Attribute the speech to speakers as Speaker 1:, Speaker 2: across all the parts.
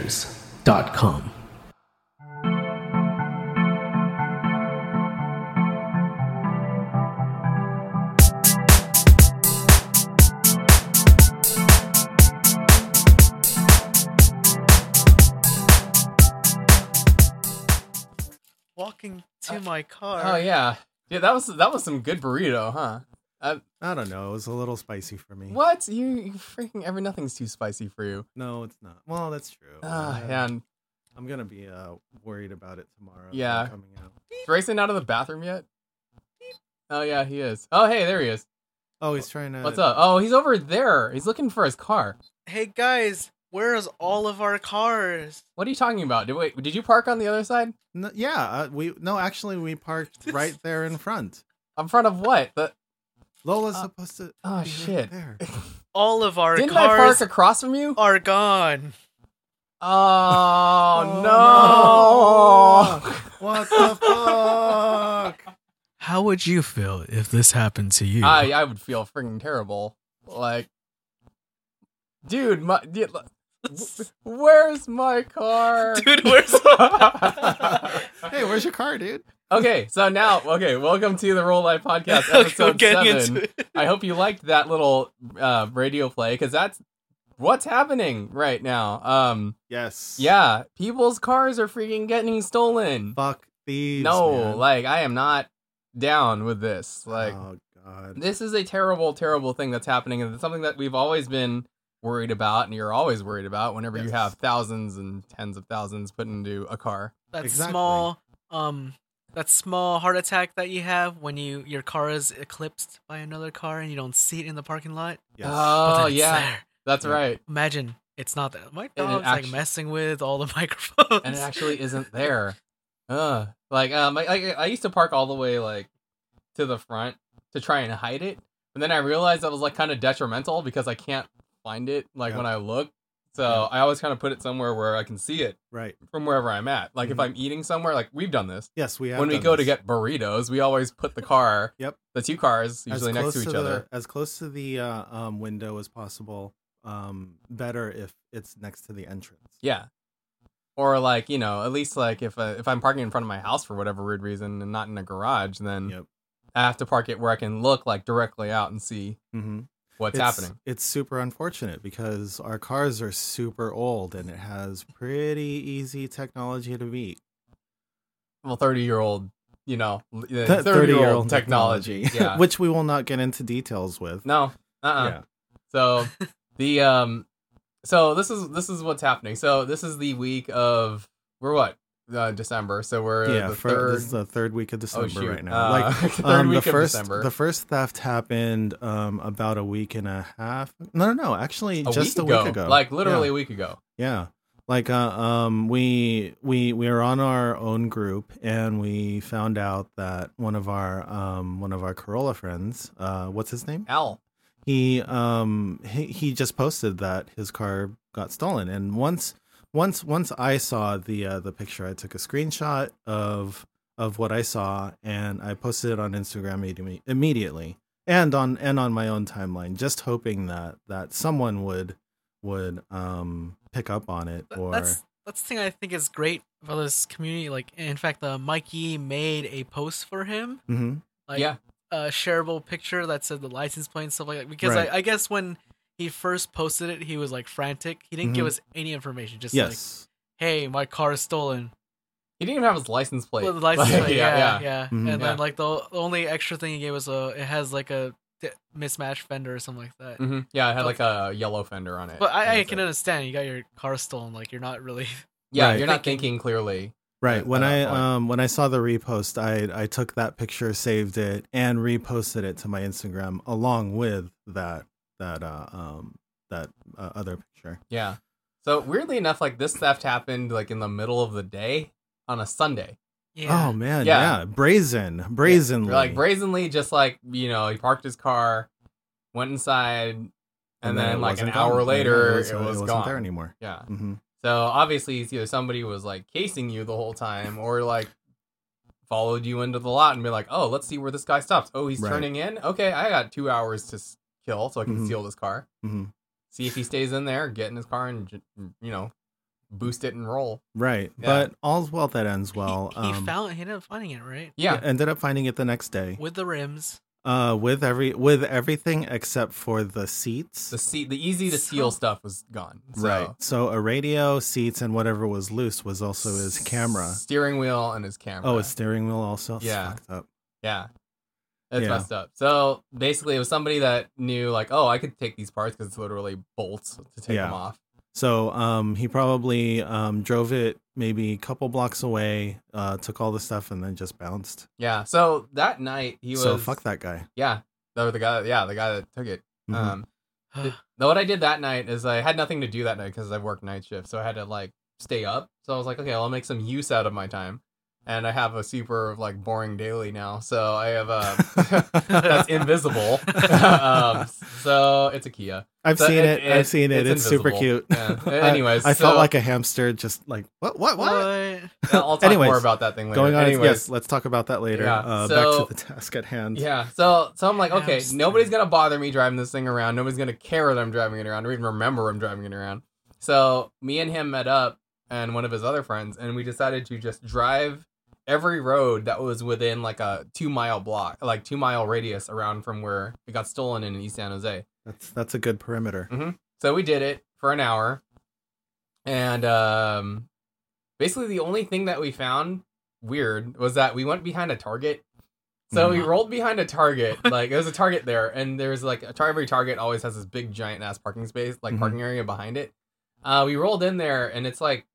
Speaker 1: readtrenders.com.
Speaker 2: Walking to my car.
Speaker 3: Oh yeah, yeah. That was that was some good burrito, huh?
Speaker 4: I don't know. It was a little spicy for me.
Speaker 3: What you, you freaking every nothing's too spicy for you.
Speaker 4: No, it's not. Well, that's true.
Speaker 3: Ah, yeah. and
Speaker 4: I'm gonna be uh, worried about it tomorrow.
Speaker 3: Yeah.
Speaker 4: coming out.
Speaker 3: is Grayson out of the bathroom yet? Oh yeah, he is. Oh hey, there he is.
Speaker 4: Oh, he's trying to.
Speaker 3: What's up? Oh, he's over there. He's looking for his car.
Speaker 2: Hey guys, where is all of our cars?
Speaker 3: What are you talking about? Did wait? Did you park on the other side?
Speaker 4: No, yeah, uh, we no. Actually, we parked right there in front.
Speaker 3: In front of what? The,
Speaker 4: Lola's
Speaker 3: Uh,
Speaker 4: supposed to.
Speaker 3: oh
Speaker 4: be right
Speaker 3: shit!
Speaker 4: there.
Speaker 2: All of our
Speaker 3: Didn't I
Speaker 2: cars
Speaker 3: park across from you?
Speaker 2: are gone.
Speaker 3: Oh,
Speaker 4: What the fuck?
Speaker 1: How would you feel if this happened to you?
Speaker 3: no! I I would feel freaking terrible. Like, dude, my dude, like, wh- where's my car?
Speaker 2: Dude, where's
Speaker 4: hey, where's your car, dude?
Speaker 3: okay, so now, okay, welcome to the Roll Life Podcast,
Speaker 2: Okay, we're
Speaker 3: episode
Speaker 2: getting
Speaker 3: seven.
Speaker 2: into it.
Speaker 3: I hope you liked that little uh, radio play because that's what's happening right now. Um,
Speaker 4: Yes.
Speaker 3: yeah, people's cars are freaking getting stolen.
Speaker 4: Fuck thieves.
Speaker 3: no,
Speaker 4: man.
Speaker 3: like I am not down with this. Like
Speaker 4: Oh god.
Speaker 3: this is a terrible, terrible thing that's happening, and it's something that we've always been worried about, and you're always worried about whenever you
Speaker 4: Yes.
Speaker 3: have thousands and tens of thousands put into a car.
Speaker 2: That
Speaker 4: Exactly.
Speaker 2: small um that small heart attack that you have when you your car is eclipsed by another car and you don't see it in the parking lot.
Speaker 4: Yes.
Speaker 2: but
Speaker 3: Oh
Speaker 2: then it's
Speaker 3: yeah,
Speaker 2: there.
Speaker 3: that's
Speaker 4: Yeah.
Speaker 3: right.
Speaker 2: Imagine it's not that my
Speaker 3: And it
Speaker 2: dog's
Speaker 3: actu-
Speaker 2: like messing with all the microphones.
Speaker 3: and it actually isn't there. Ugh. Like um, I, I I used to park all the way like to the front to try and hide it, and then I realized that was like kind of detrimental because I can't find it like
Speaker 4: Yeah.
Speaker 3: when I look. So
Speaker 4: Yeah.
Speaker 3: I always kind of put it somewhere where I can see it
Speaker 4: right.
Speaker 3: from wherever I'm at. Like if
Speaker 4: Mhm.
Speaker 3: I'm eating somewhere, like we've done this.
Speaker 4: Yes, we have.
Speaker 3: when we
Speaker 4: done
Speaker 3: go to
Speaker 4: this.
Speaker 3: get burritos, we always put the car,
Speaker 4: Yep.
Speaker 3: the two cars
Speaker 4: As
Speaker 3: usually next
Speaker 4: close
Speaker 3: to each
Speaker 4: the-
Speaker 3: other.
Speaker 4: as close to the uh, um, window as possible. Um, better if it's next to the entrance.
Speaker 3: Yeah. Or like you know, at least like if uh, if I'm parking in front of my house for whatever rude reason and not in a garage, then
Speaker 4: Yep.
Speaker 3: I have to park it where I can look like directly out and see
Speaker 4: Mm-hmm.
Speaker 3: what's
Speaker 4: it's,
Speaker 3: happening.
Speaker 4: It's super unfortunate because our cars are super old and it has pretty easy technology to beat.
Speaker 3: Well, thirty year old, you know,
Speaker 4: Th-
Speaker 3: thirty year old technology. Yeah.
Speaker 4: which we will not get into details with.
Speaker 3: no. Uh. uh
Speaker 4: Yeah.
Speaker 3: So the um, so this is this is what's happening. So this is the week of we're what uh, December. So we're
Speaker 4: yeah,
Speaker 3: the
Speaker 4: for,
Speaker 3: third.
Speaker 4: this is the third week of
Speaker 3: oh
Speaker 4: December
Speaker 3: shoot!
Speaker 4: right now.
Speaker 3: Uh,
Speaker 4: like
Speaker 3: third
Speaker 4: um,
Speaker 3: week
Speaker 4: the first,
Speaker 3: of December.
Speaker 4: the first theft happened um, about a week and a half. No, no, no. Actually,
Speaker 3: a
Speaker 4: just
Speaker 3: week
Speaker 4: a
Speaker 3: ago,
Speaker 4: week ago.
Speaker 3: like
Speaker 4: Yeah.
Speaker 3: literally a week ago.
Speaker 4: Yeah. Like uh, um we we we are on our own group and we found out that one of our um one of our Corolla friends, uh what's his name?
Speaker 3: Al,
Speaker 4: He um he, he just posted that his car got stolen and once once once I saw the uh, the picture I took a screenshot of of what I saw and I posted it on Instagram imme- immediately and on and on my own timeline just hoping that that someone would would um pick up on it
Speaker 2: Th-
Speaker 4: or
Speaker 2: that's that's the thing I think is great about this community. Like, in fact, uh, Mikey made a post for him,
Speaker 4: Mhm.
Speaker 2: like
Speaker 3: Yeah.
Speaker 2: a shareable picture that said the license plate and stuff like that. Because
Speaker 4: Right.
Speaker 2: I, I guess when he first posted it, he was like frantic. He didn't give
Speaker 4: Mhm.
Speaker 2: us any information. Just
Speaker 4: yes
Speaker 2: like, hey, my car is stolen.
Speaker 3: he didn't even have his license plate.
Speaker 2: Well, the license
Speaker 3: Like,
Speaker 2: plate, yeah, yeah.
Speaker 4: Mhm.
Speaker 2: And
Speaker 3: Yeah.
Speaker 2: then like the, the only extra thing he gave us, a it has like a di- mismatched fender or something like that.
Speaker 3: Mhm. Yeah, it had like a yellow fender on it.
Speaker 2: But I, I
Speaker 3: That's
Speaker 2: can
Speaker 3: it.
Speaker 2: understand. You got your car stolen. Like you're not really.
Speaker 3: Yeah,
Speaker 4: Right.
Speaker 3: you're not thinking clearly.
Speaker 4: right
Speaker 3: at
Speaker 4: when
Speaker 3: that
Speaker 4: I
Speaker 3: point.
Speaker 4: um when I saw the repost I I took that picture saved it and reposted it to my Instagram along with that that uh um that uh, other picture
Speaker 3: Yeah. So weirdly enough, like this theft happened like in the middle of the day on a Sunday.
Speaker 2: Yeah.
Speaker 4: oh man
Speaker 3: Yeah.
Speaker 4: yeah, brazen brazenly
Speaker 3: Like brazenly, just like you know, he parked his car, went inside, and,
Speaker 4: then
Speaker 3: then
Speaker 4: it
Speaker 3: like an
Speaker 4: wasn't
Speaker 3: hour
Speaker 4: gone.
Speaker 3: later, it, was,
Speaker 4: wasn't- wasn't
Speaker 3: gone.
Speaker 4: there anymore
Speaker 3: Yeah.
Speaker 4: hmm
Speaker 3: So obviously, it's either somebody was like casing you the whole time, or like followed you into the lot and be like, "Oh, let's see where this guy stops. Oh, he's
Speaker 4: Right.
Speaker 3: turning in. Okay, I got two hours to s- kill, so I can
Speaker 4: Mhm.
Speaker 3: steal this car.
Speaker 4: Mhm.
Speaker 3: See if he stays in there, get in his car, and j- you know, boost it and roll.
Speaker 4: Right.
Speaker 3: Yeah.
Speaker 4: But all's well that ends well. um,
Speaker 2: he, he found he ended up finding it right
Speaker 3: Yeah.
Speaker 4: ended up finding it the next day.
Speaker 2: with the rims.
Speaker 4: Uh, with every with everything except for the seats.
Speaker 3: The se- the easy to steal stuff was gone. So,
Speaker 4: So a radio, seats, and whatever was loose was also his camera.
Speaker 3: steering wheel, and his camera.
Speaker 4: Oh, his steering wheel also.
Speaker 3: Yeah.
Speaker 4: Fucked up.
Speaker 3: Yeah. That's
Speaker 4: Yeah.
Speaker 3: messed up. So basically, it was somebody that knew, like, oh, I could take these parts because it's literally bolts to take
Speaker 4: Yeah.
Speaker 3: them off.
Speaker 4: So um, he probably um, drove it maybe a couple blocks away, uh, took all the stuff, and then just bounced.
Speaker 3: Yeah. So that night, he was.
Speaker 4: so fuck that guy.
Speaker 3: Yeah. That was the guy. Yeah, the guy that took it.
Speaker 4: Mhm.
Speaker 3: Um, Now, what I did that night is I had nothing to do that night because I worked night shift, so I had to like stay up. So I was like, okay, I'll make some use out of my time, and I have a super like boring daily now. So I have a
Speaker 4: Mm-hmm.
Speaker 3: that's invisible. um, so it's a Kia.
Speaker 4: I've
Speaker 3: So
Speaker 4: seen
Speaker 3: it-
Speaker 4: it,
Speaker 3: it-
Speaker 4: I've seen it.
Speaker 3: it's
Speaker 4: It's, super
Speaker 3: invisible.
Speaker 4: cute.
Speaker 3: Yeah.
Speaker 4: I-
Speaker 3: Anyways,
Speaker 4: I, felt
Speaker 3: so-
Speaker 4: like a hamster, just like what, what, what?
Speaker 3: I'll I'll talk
Speaker 4: Anyways,
Speaker 3: more about that thing later.
Speaker 4: Going on?
Speaker 3: Anyways,
Speaker 4: yes, let's talk about that later.
Speaker 3: Yeah,
Speaker 4: Uh,
Speaker 3: so-
Speaker 4: back to the task at hand.
Speaker 3: Yeah. So so I'm like,
Speaker 2: Yeah, I'm
Speaker 3: okay,
Speaker 2: just-
Speaker 3: nobody's gonna bother me driving this thing around. Nobody's gonna care that I'm driving it around or even remember I'm driving it around. So me and him met up and one of his other friends, and we decided to just drive every road that was within like a two mile block, like two mile radius around from where it got stolen in East San Jose.
Speaker 4: That's that's a good perimeter.
Speaker 3: So we did it for an hour. And um basically the only thing that we found weird was that we went behind a target. So we
Speaker 2: Mhm.
Speaker 3: rolled behind a target, like there was a target there, and there's like a tar- every target always has this big giant ass parking space, like
Speaker 4: Mhm.
Speaker 3: parking area behind it. Uh, we rolled in there, and it's like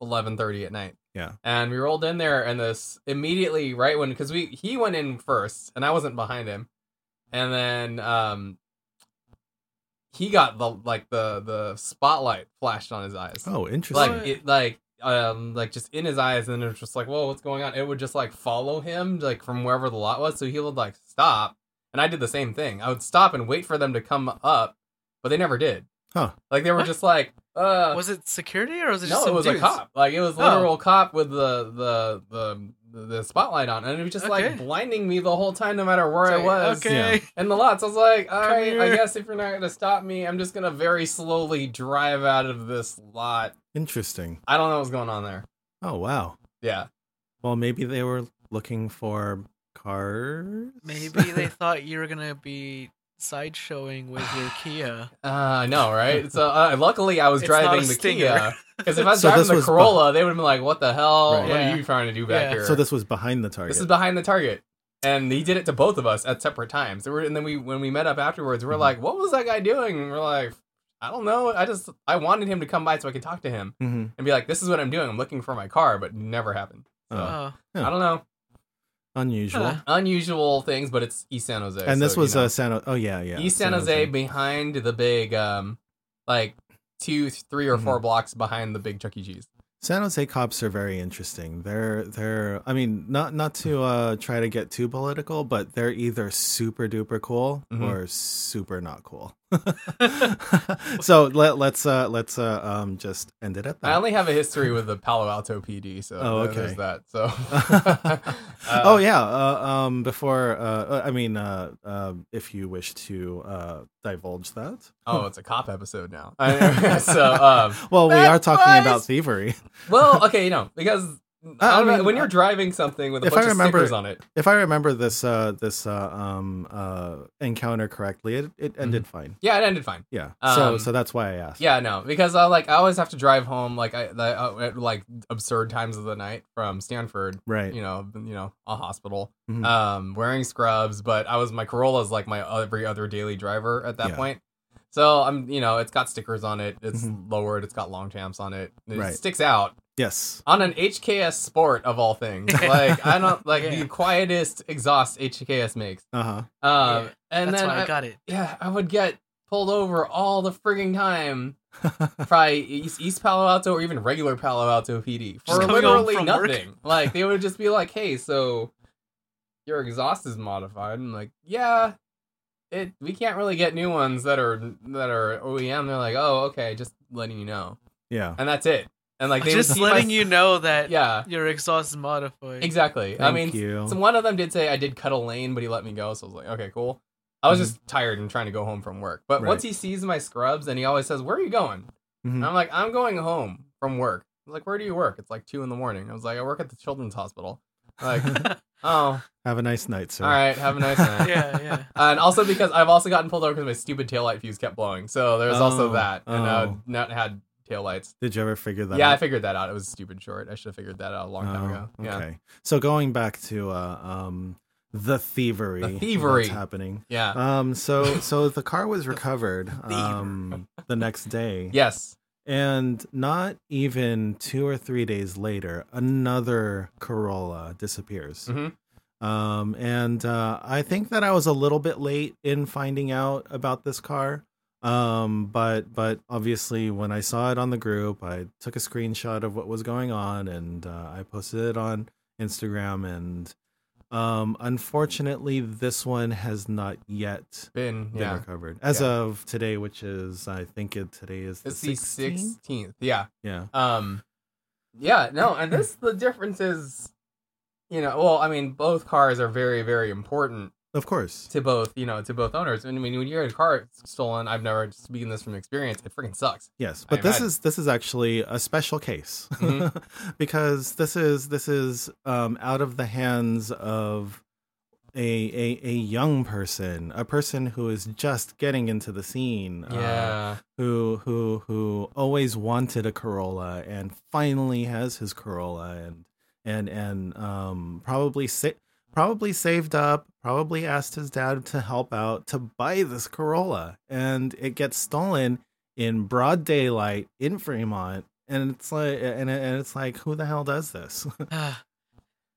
Speaker 3: eleven thirty at night.
Speaker 4: Yeah.
Speaker 3: and we rolled in there, and this immediately right when because we he went in first, and I wasn't behind him, and then um he got the like the the spotlight flashed on his eyes
Speaker 4: Oh, interesting.
Speaker 3: Mm. like it like um like just in his eyes and it was just like whoa what's going on it would just like follow him like from wherever the lot was so he would like stop and i did the same thing i would stop and wait for them to come up but they never did
Speaker 4: Huh.
Speaker 3: like they were
Speaker 2: What?
Speaker 3: just like uh
Speaker 2: Was it security or was it just
Speaker 3: no it
Speaker 2: some
Speaker 3: was
Speaker 2: dudes?
Speaker 3: a cop like it was
Speaker 2: Oh.
Speaker 3: literal cop with the the the the spotlight on and it was just like
Speaker 2: Okay.
Speaker 3: blinding me the whole time no matter where
Speaker 2: It's
Speaker 3: i
Speaker 2: like,
Speaker 3: was
Speaker 2: Okay.
Speaker 3: and the lots. I was like, all
Speaker 2: Come
Speaker 3: right, I
Speaker 2: here."
Speaker 3: guess if you're not gonna stop me, I'm just gonna very slowly drive out of this lot.
Speaker 4: interesting.
Speaker 3: I don't know what's going on there.
Speaker 4: Oh wow.
Speaker 3: Yeah,
Speaker 4: Well, maybe they were looking for cars.
Speaker 2: Maybe they thought you were gonna be sideshowing with your Kia.
Speaker 3: uh, I know, right? So uh, luckily, I was
Speaker 2: It's not
Speaker 3: driving
Speaker 2: a
Speaker 3: the
Speaker 2: stinger.
Speaker 3: Kia because if I was
Speaker 4: So
Speaker 3: driving
Speaker 4: this
Speaker 3: the
Speaker 4: was bu-
Speaker 3: Corolla, they would have been like, "What the hell?
Speaker 4: Right.
Speaker 3: What
Speaker 2: Yeah.
Speaker 3: are you trying to do back
Speaker 2: Yeah.
Speaker 3: here?"
Speaker 4: So this was behind the target.
Speaker 3: This is behind the target, and he did it to both of us at separate times. There were- And then we, when we met up afterwards, we we're
Speaker 4: Mhm.
Speaker 3: like, "What was that guy doing?" And we're like, "I don't know. I just I wanted him to come by so I could talk to him
Speaker 4: Mhm.
Speaker 3: and be like, this is what I'm doing. I'm looking for my car, but never happened.'" So,
Speaker 4: Oh.
Speaker 2: Oh,
Speaker 4: Yeah.
Speaker 3: I don't know.
Speaker 4: unusual.
Speaker 2: Huh.
Speaker 3: unusual things, but it's East San Jose.
Speaker 4: and this
Speaker 3: so,
Speaker 4: was
Speaker 3: you know.
Speaker 4: uh, San. O- oh yeah, yeah.
Speaker 3: East San Jose behind the big, um, like two, three, or
Speaker 4: Mm-hmm.
Speaker 3: four blocks behind the big Chuck E. Cheese.
Speaker 4: San Jose cops are very interesting. They're they're I mean not not to
Speaker 3: Mm.
Speaker 4: uh try to get too political, but they're either super duper cool
Speaker 3: Mhm.
Speaker 4: or super not cool. so let let's uh let's uh um just end it at that.
Speaker 3: I only have a history with the Palo Alto PD, so
Speaker 4: Oh,
Speaker 3: there-
Speaker 4: okay.
Speaker 3: there's that. So,
Speaker 4: oh
Speaker 3: Uh,
Speaker 4: yeah, uh, um before uh I mean uh, uh if you wish to uh divulge that.
Speaker 3: oh, it's a cop episode now. so, um,
Speaker 4: Well, we
Speaker 3: Bad
Speaker 4: are talking
Speaker 3: boys!
Speaker 4: about thievery.
Speaker 3: well, okay, you know, because
Speaker 4: I
Speaker 3: I don't know,
Speaker 4: mean,
Speaker 3: when
Speaker 4: I-
Speaker 3: you're driving something with a
Speaker 4: if
Speaker 3: bunch
Speaker 4: I remember-
Speaker 3: of stickers on it,
Speaker 4: If I remember this uh this uh um uh encounter correctly, it, it ended fine.
Speaker 3: yeah, it ended fine.
Speaker 4: Yeah. So
Speaker 3: Mm-hmm. Um,
Speaker 4: so that's why I asked.
Speaker 3: Yeah, no, because I like I always have to drive home like I, I uh, at like absurd times of the night from Stanford,
Speaker 4: Right.
Speaker 3: you know, you know, a hospital,
Speaker 4: Mhm.
Speaker 3: um, wearing scrubs. But I was my Corolla's like my every other daily driver at that
Speaker 4: Yeah.
Speaker 3: point. So I'm, you know, it's got stickers on it. It's
Speaker 4: Mhm.
Speaker 3: lowered. It's got long champs on it. It
Speaker 4: Right.
Speaker 3: sticks out
Speaker 4: Yes.
Speaker 3: on an HKS Sport of all things. like I don't like
Speaker 2: Yeah.
Speaker 3: the quietest exhaust HKS makes.
Speaker 4: Uh huh.
Speaker 3: Um,
Speaker 2: Yeah.
Speaker 3: and
Speaker 2: that's
Speaker 3: then
Speaker 2: why I,
Speaker 3: I-
Speaker 2: got it.
Speaker 3: yeah, I would get pulled over all the frigging time. Probably East, East Palo Alto or even regular Palo Alto PD
Speaker 2: Just
Speaker 3: for
Speaker 2: coming home
Speaker 3: literally
Speaker 2: from work.
Speaker 3: nothing. Like they would just be like, "Hey, so your exhaust is modified." I'm like, "Yeah, it. We can't really get new ones that are that are OEM." They're like, "Oh, okay, just letting you know,"
Speaker 4: Yeah.
Speaker 3: and that's it. And like they would
Speaker 2: Just
Speaker 3: keep my-
Speaker 2: letting you know that
Speaker 3: yeah,
Speaker 2: your exhaust is modified.
Speaker 3: exactly. I
Speaker 4: Thank
Speaker 3: mean,
Speaker 4: you.
Speaker 3: so one of them did say I did cut a lane, but he let me go. So I was like, okay, cool. I was just tired and trying to go home from work. But
Speaker 4: Mm-hmm. Right.
Speaker 3: once he sees my scrubs, and he always says, "Where are you going?"
Speaker 4: Mhm.
Speaker 3: And I'm like, I'm going home from work. I was like, where do you work? It's like two in the morning. I was like, I work at the children's hospital. Like, oh,
Speaker 4: Have a nice night, sir.
Speaker 3: all right, have a nice night.
Speaker 2: yeah, yeah.
Speaker 3: And also because I've also gotten pulled over because my stupid taillight fuse kept blowing. So there's also
Speaker 4: Oh,
Speaker 3: that. And
Speaker 4: oh.
Speaker 3: I've not had taillights.
Speaker 4: Did you ever figure that
Speaker 3: Yeah, I
Speaker 4: out?
Speaker 3: figured that out. It was stupid short. I should have figured that out a long time ago.
Speaker 4: Oh,
Speaker 3: Yeah.
Speaker 4: Okay. So going back to uh, um, the thievery,
Speaker 3: The thievery.
Speaker 4: that's happening.
Speaker 3: Yeah.
Speaker 4: Um, so so the car was recovered um, the next day,
Speaker 3: yes.
Speaker 4: and not even two or three days later, another Corolla disappears.
Speaker 3: Mhm.
Speaker 4: Um, and uh, I think that I was a little bit late in finding out about this car. Um, but but obviously, when I saw it on the group, I took a screenshot of what was going on, and uh, I posted it on Instagram. And um, unfortunately, this one has not yet
Speaker 3: Been
Speaker 4: been
Speaker 3: yeah.
Speaker 4: recovered as
Speaker 3: Yeah.
Speaker 4: of today, which is I think it today is the
Speaker 3: It's the
Speaker 4: 16th?
Speaker 3: sixteenth. Yeah.
Speaker 4: Yeah.
Speaker 3: Um Yeah, no, and this the difference is you know, well, I mean, both cars are very, very important
Speaker 4: Of course.
Speaker 3: to both, you know, to both owners. And I mean, when you get a car stolen, I've never speaking this from experience, it freaking sucks.
Speaker 4: Yes,
Speaker 3: I
Speaker 4: but this
Speaker 3: imagine.
Speaker 4: is this is actually a special case
Speaker 3: Mhm.
Speaker 4: because this is this is um, out of the hands of a, a a young person, a person who is just getting into the scene, uh,
Speaker 3: Yeah.
Speaker 4: who who who always wanted a Corolla and finally has his Corolla and and and um probably sa- probably saved up, probably asked his dad to help out to buy this Corolla and it gets stolen in broad daylight in Fremont and it's like and, it- and it's like who the hell does this?
Speaker 2: Ah,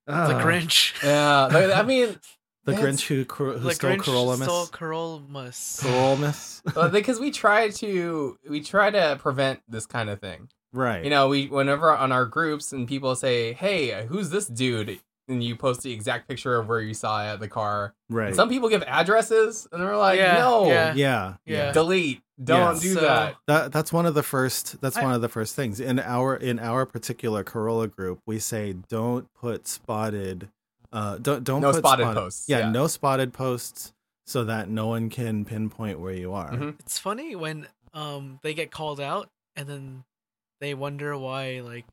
Speaker 2: the
Speaker 3: Uh,
Speaker 4: Ah,
Speaker 2: Grinch.
Speaker 3: Yeah. but, I mean,
Speaker 4: the
Speaker 3: That's-
Speaker 4: Grinch who cor- who
Speaker 2: the
Speaker 4: stole
Speaker 2: Grinch
Speaker 4: Corolla
Speaker 2: stole
Speaker 4: miss.
Speaker 2: Corolmus.
Speaker 4: Corolla miss.
Speaker 3: Well, because we try to we try to prevent this kind of thing.
Speaker 4: right.
Speaker 3: You know, we whenever on our groups and people say, "Hey, who's this dude?" and you post the exact picture of where you saw it at the car.
Speaker 4: right.
Speaker 3: Some people give addresses, and we're like,
Speaker 2: Yeah,
Speaker 3: "No,
Speaker 2: yeah.
Speaker 4: yeah. yeah.
Speaker 2: Yeah.
Speaker 3: delete, don't
Speaker 4: Yes.
Speaker 3: do
Speaker 2: So-
Speaker 3: that."
Speaker 4: That that's one of the first that's
Speaker 2: I-
Speaker 4: one of the first things in our in our particular Corolla group. We say don't put spotted, uh, don't don't
Speaker 3: No
Speaker 4: put
Speaker 3: spotted posts,
Speaker 4: Yeah,
Speaker 3: yeah.
Speaker 4: no spotted posts, so that no one can pinpoint where you are.
Speaker 3: Mhm.
Speaker 2: It's funny when um they get called out and then they wonder why like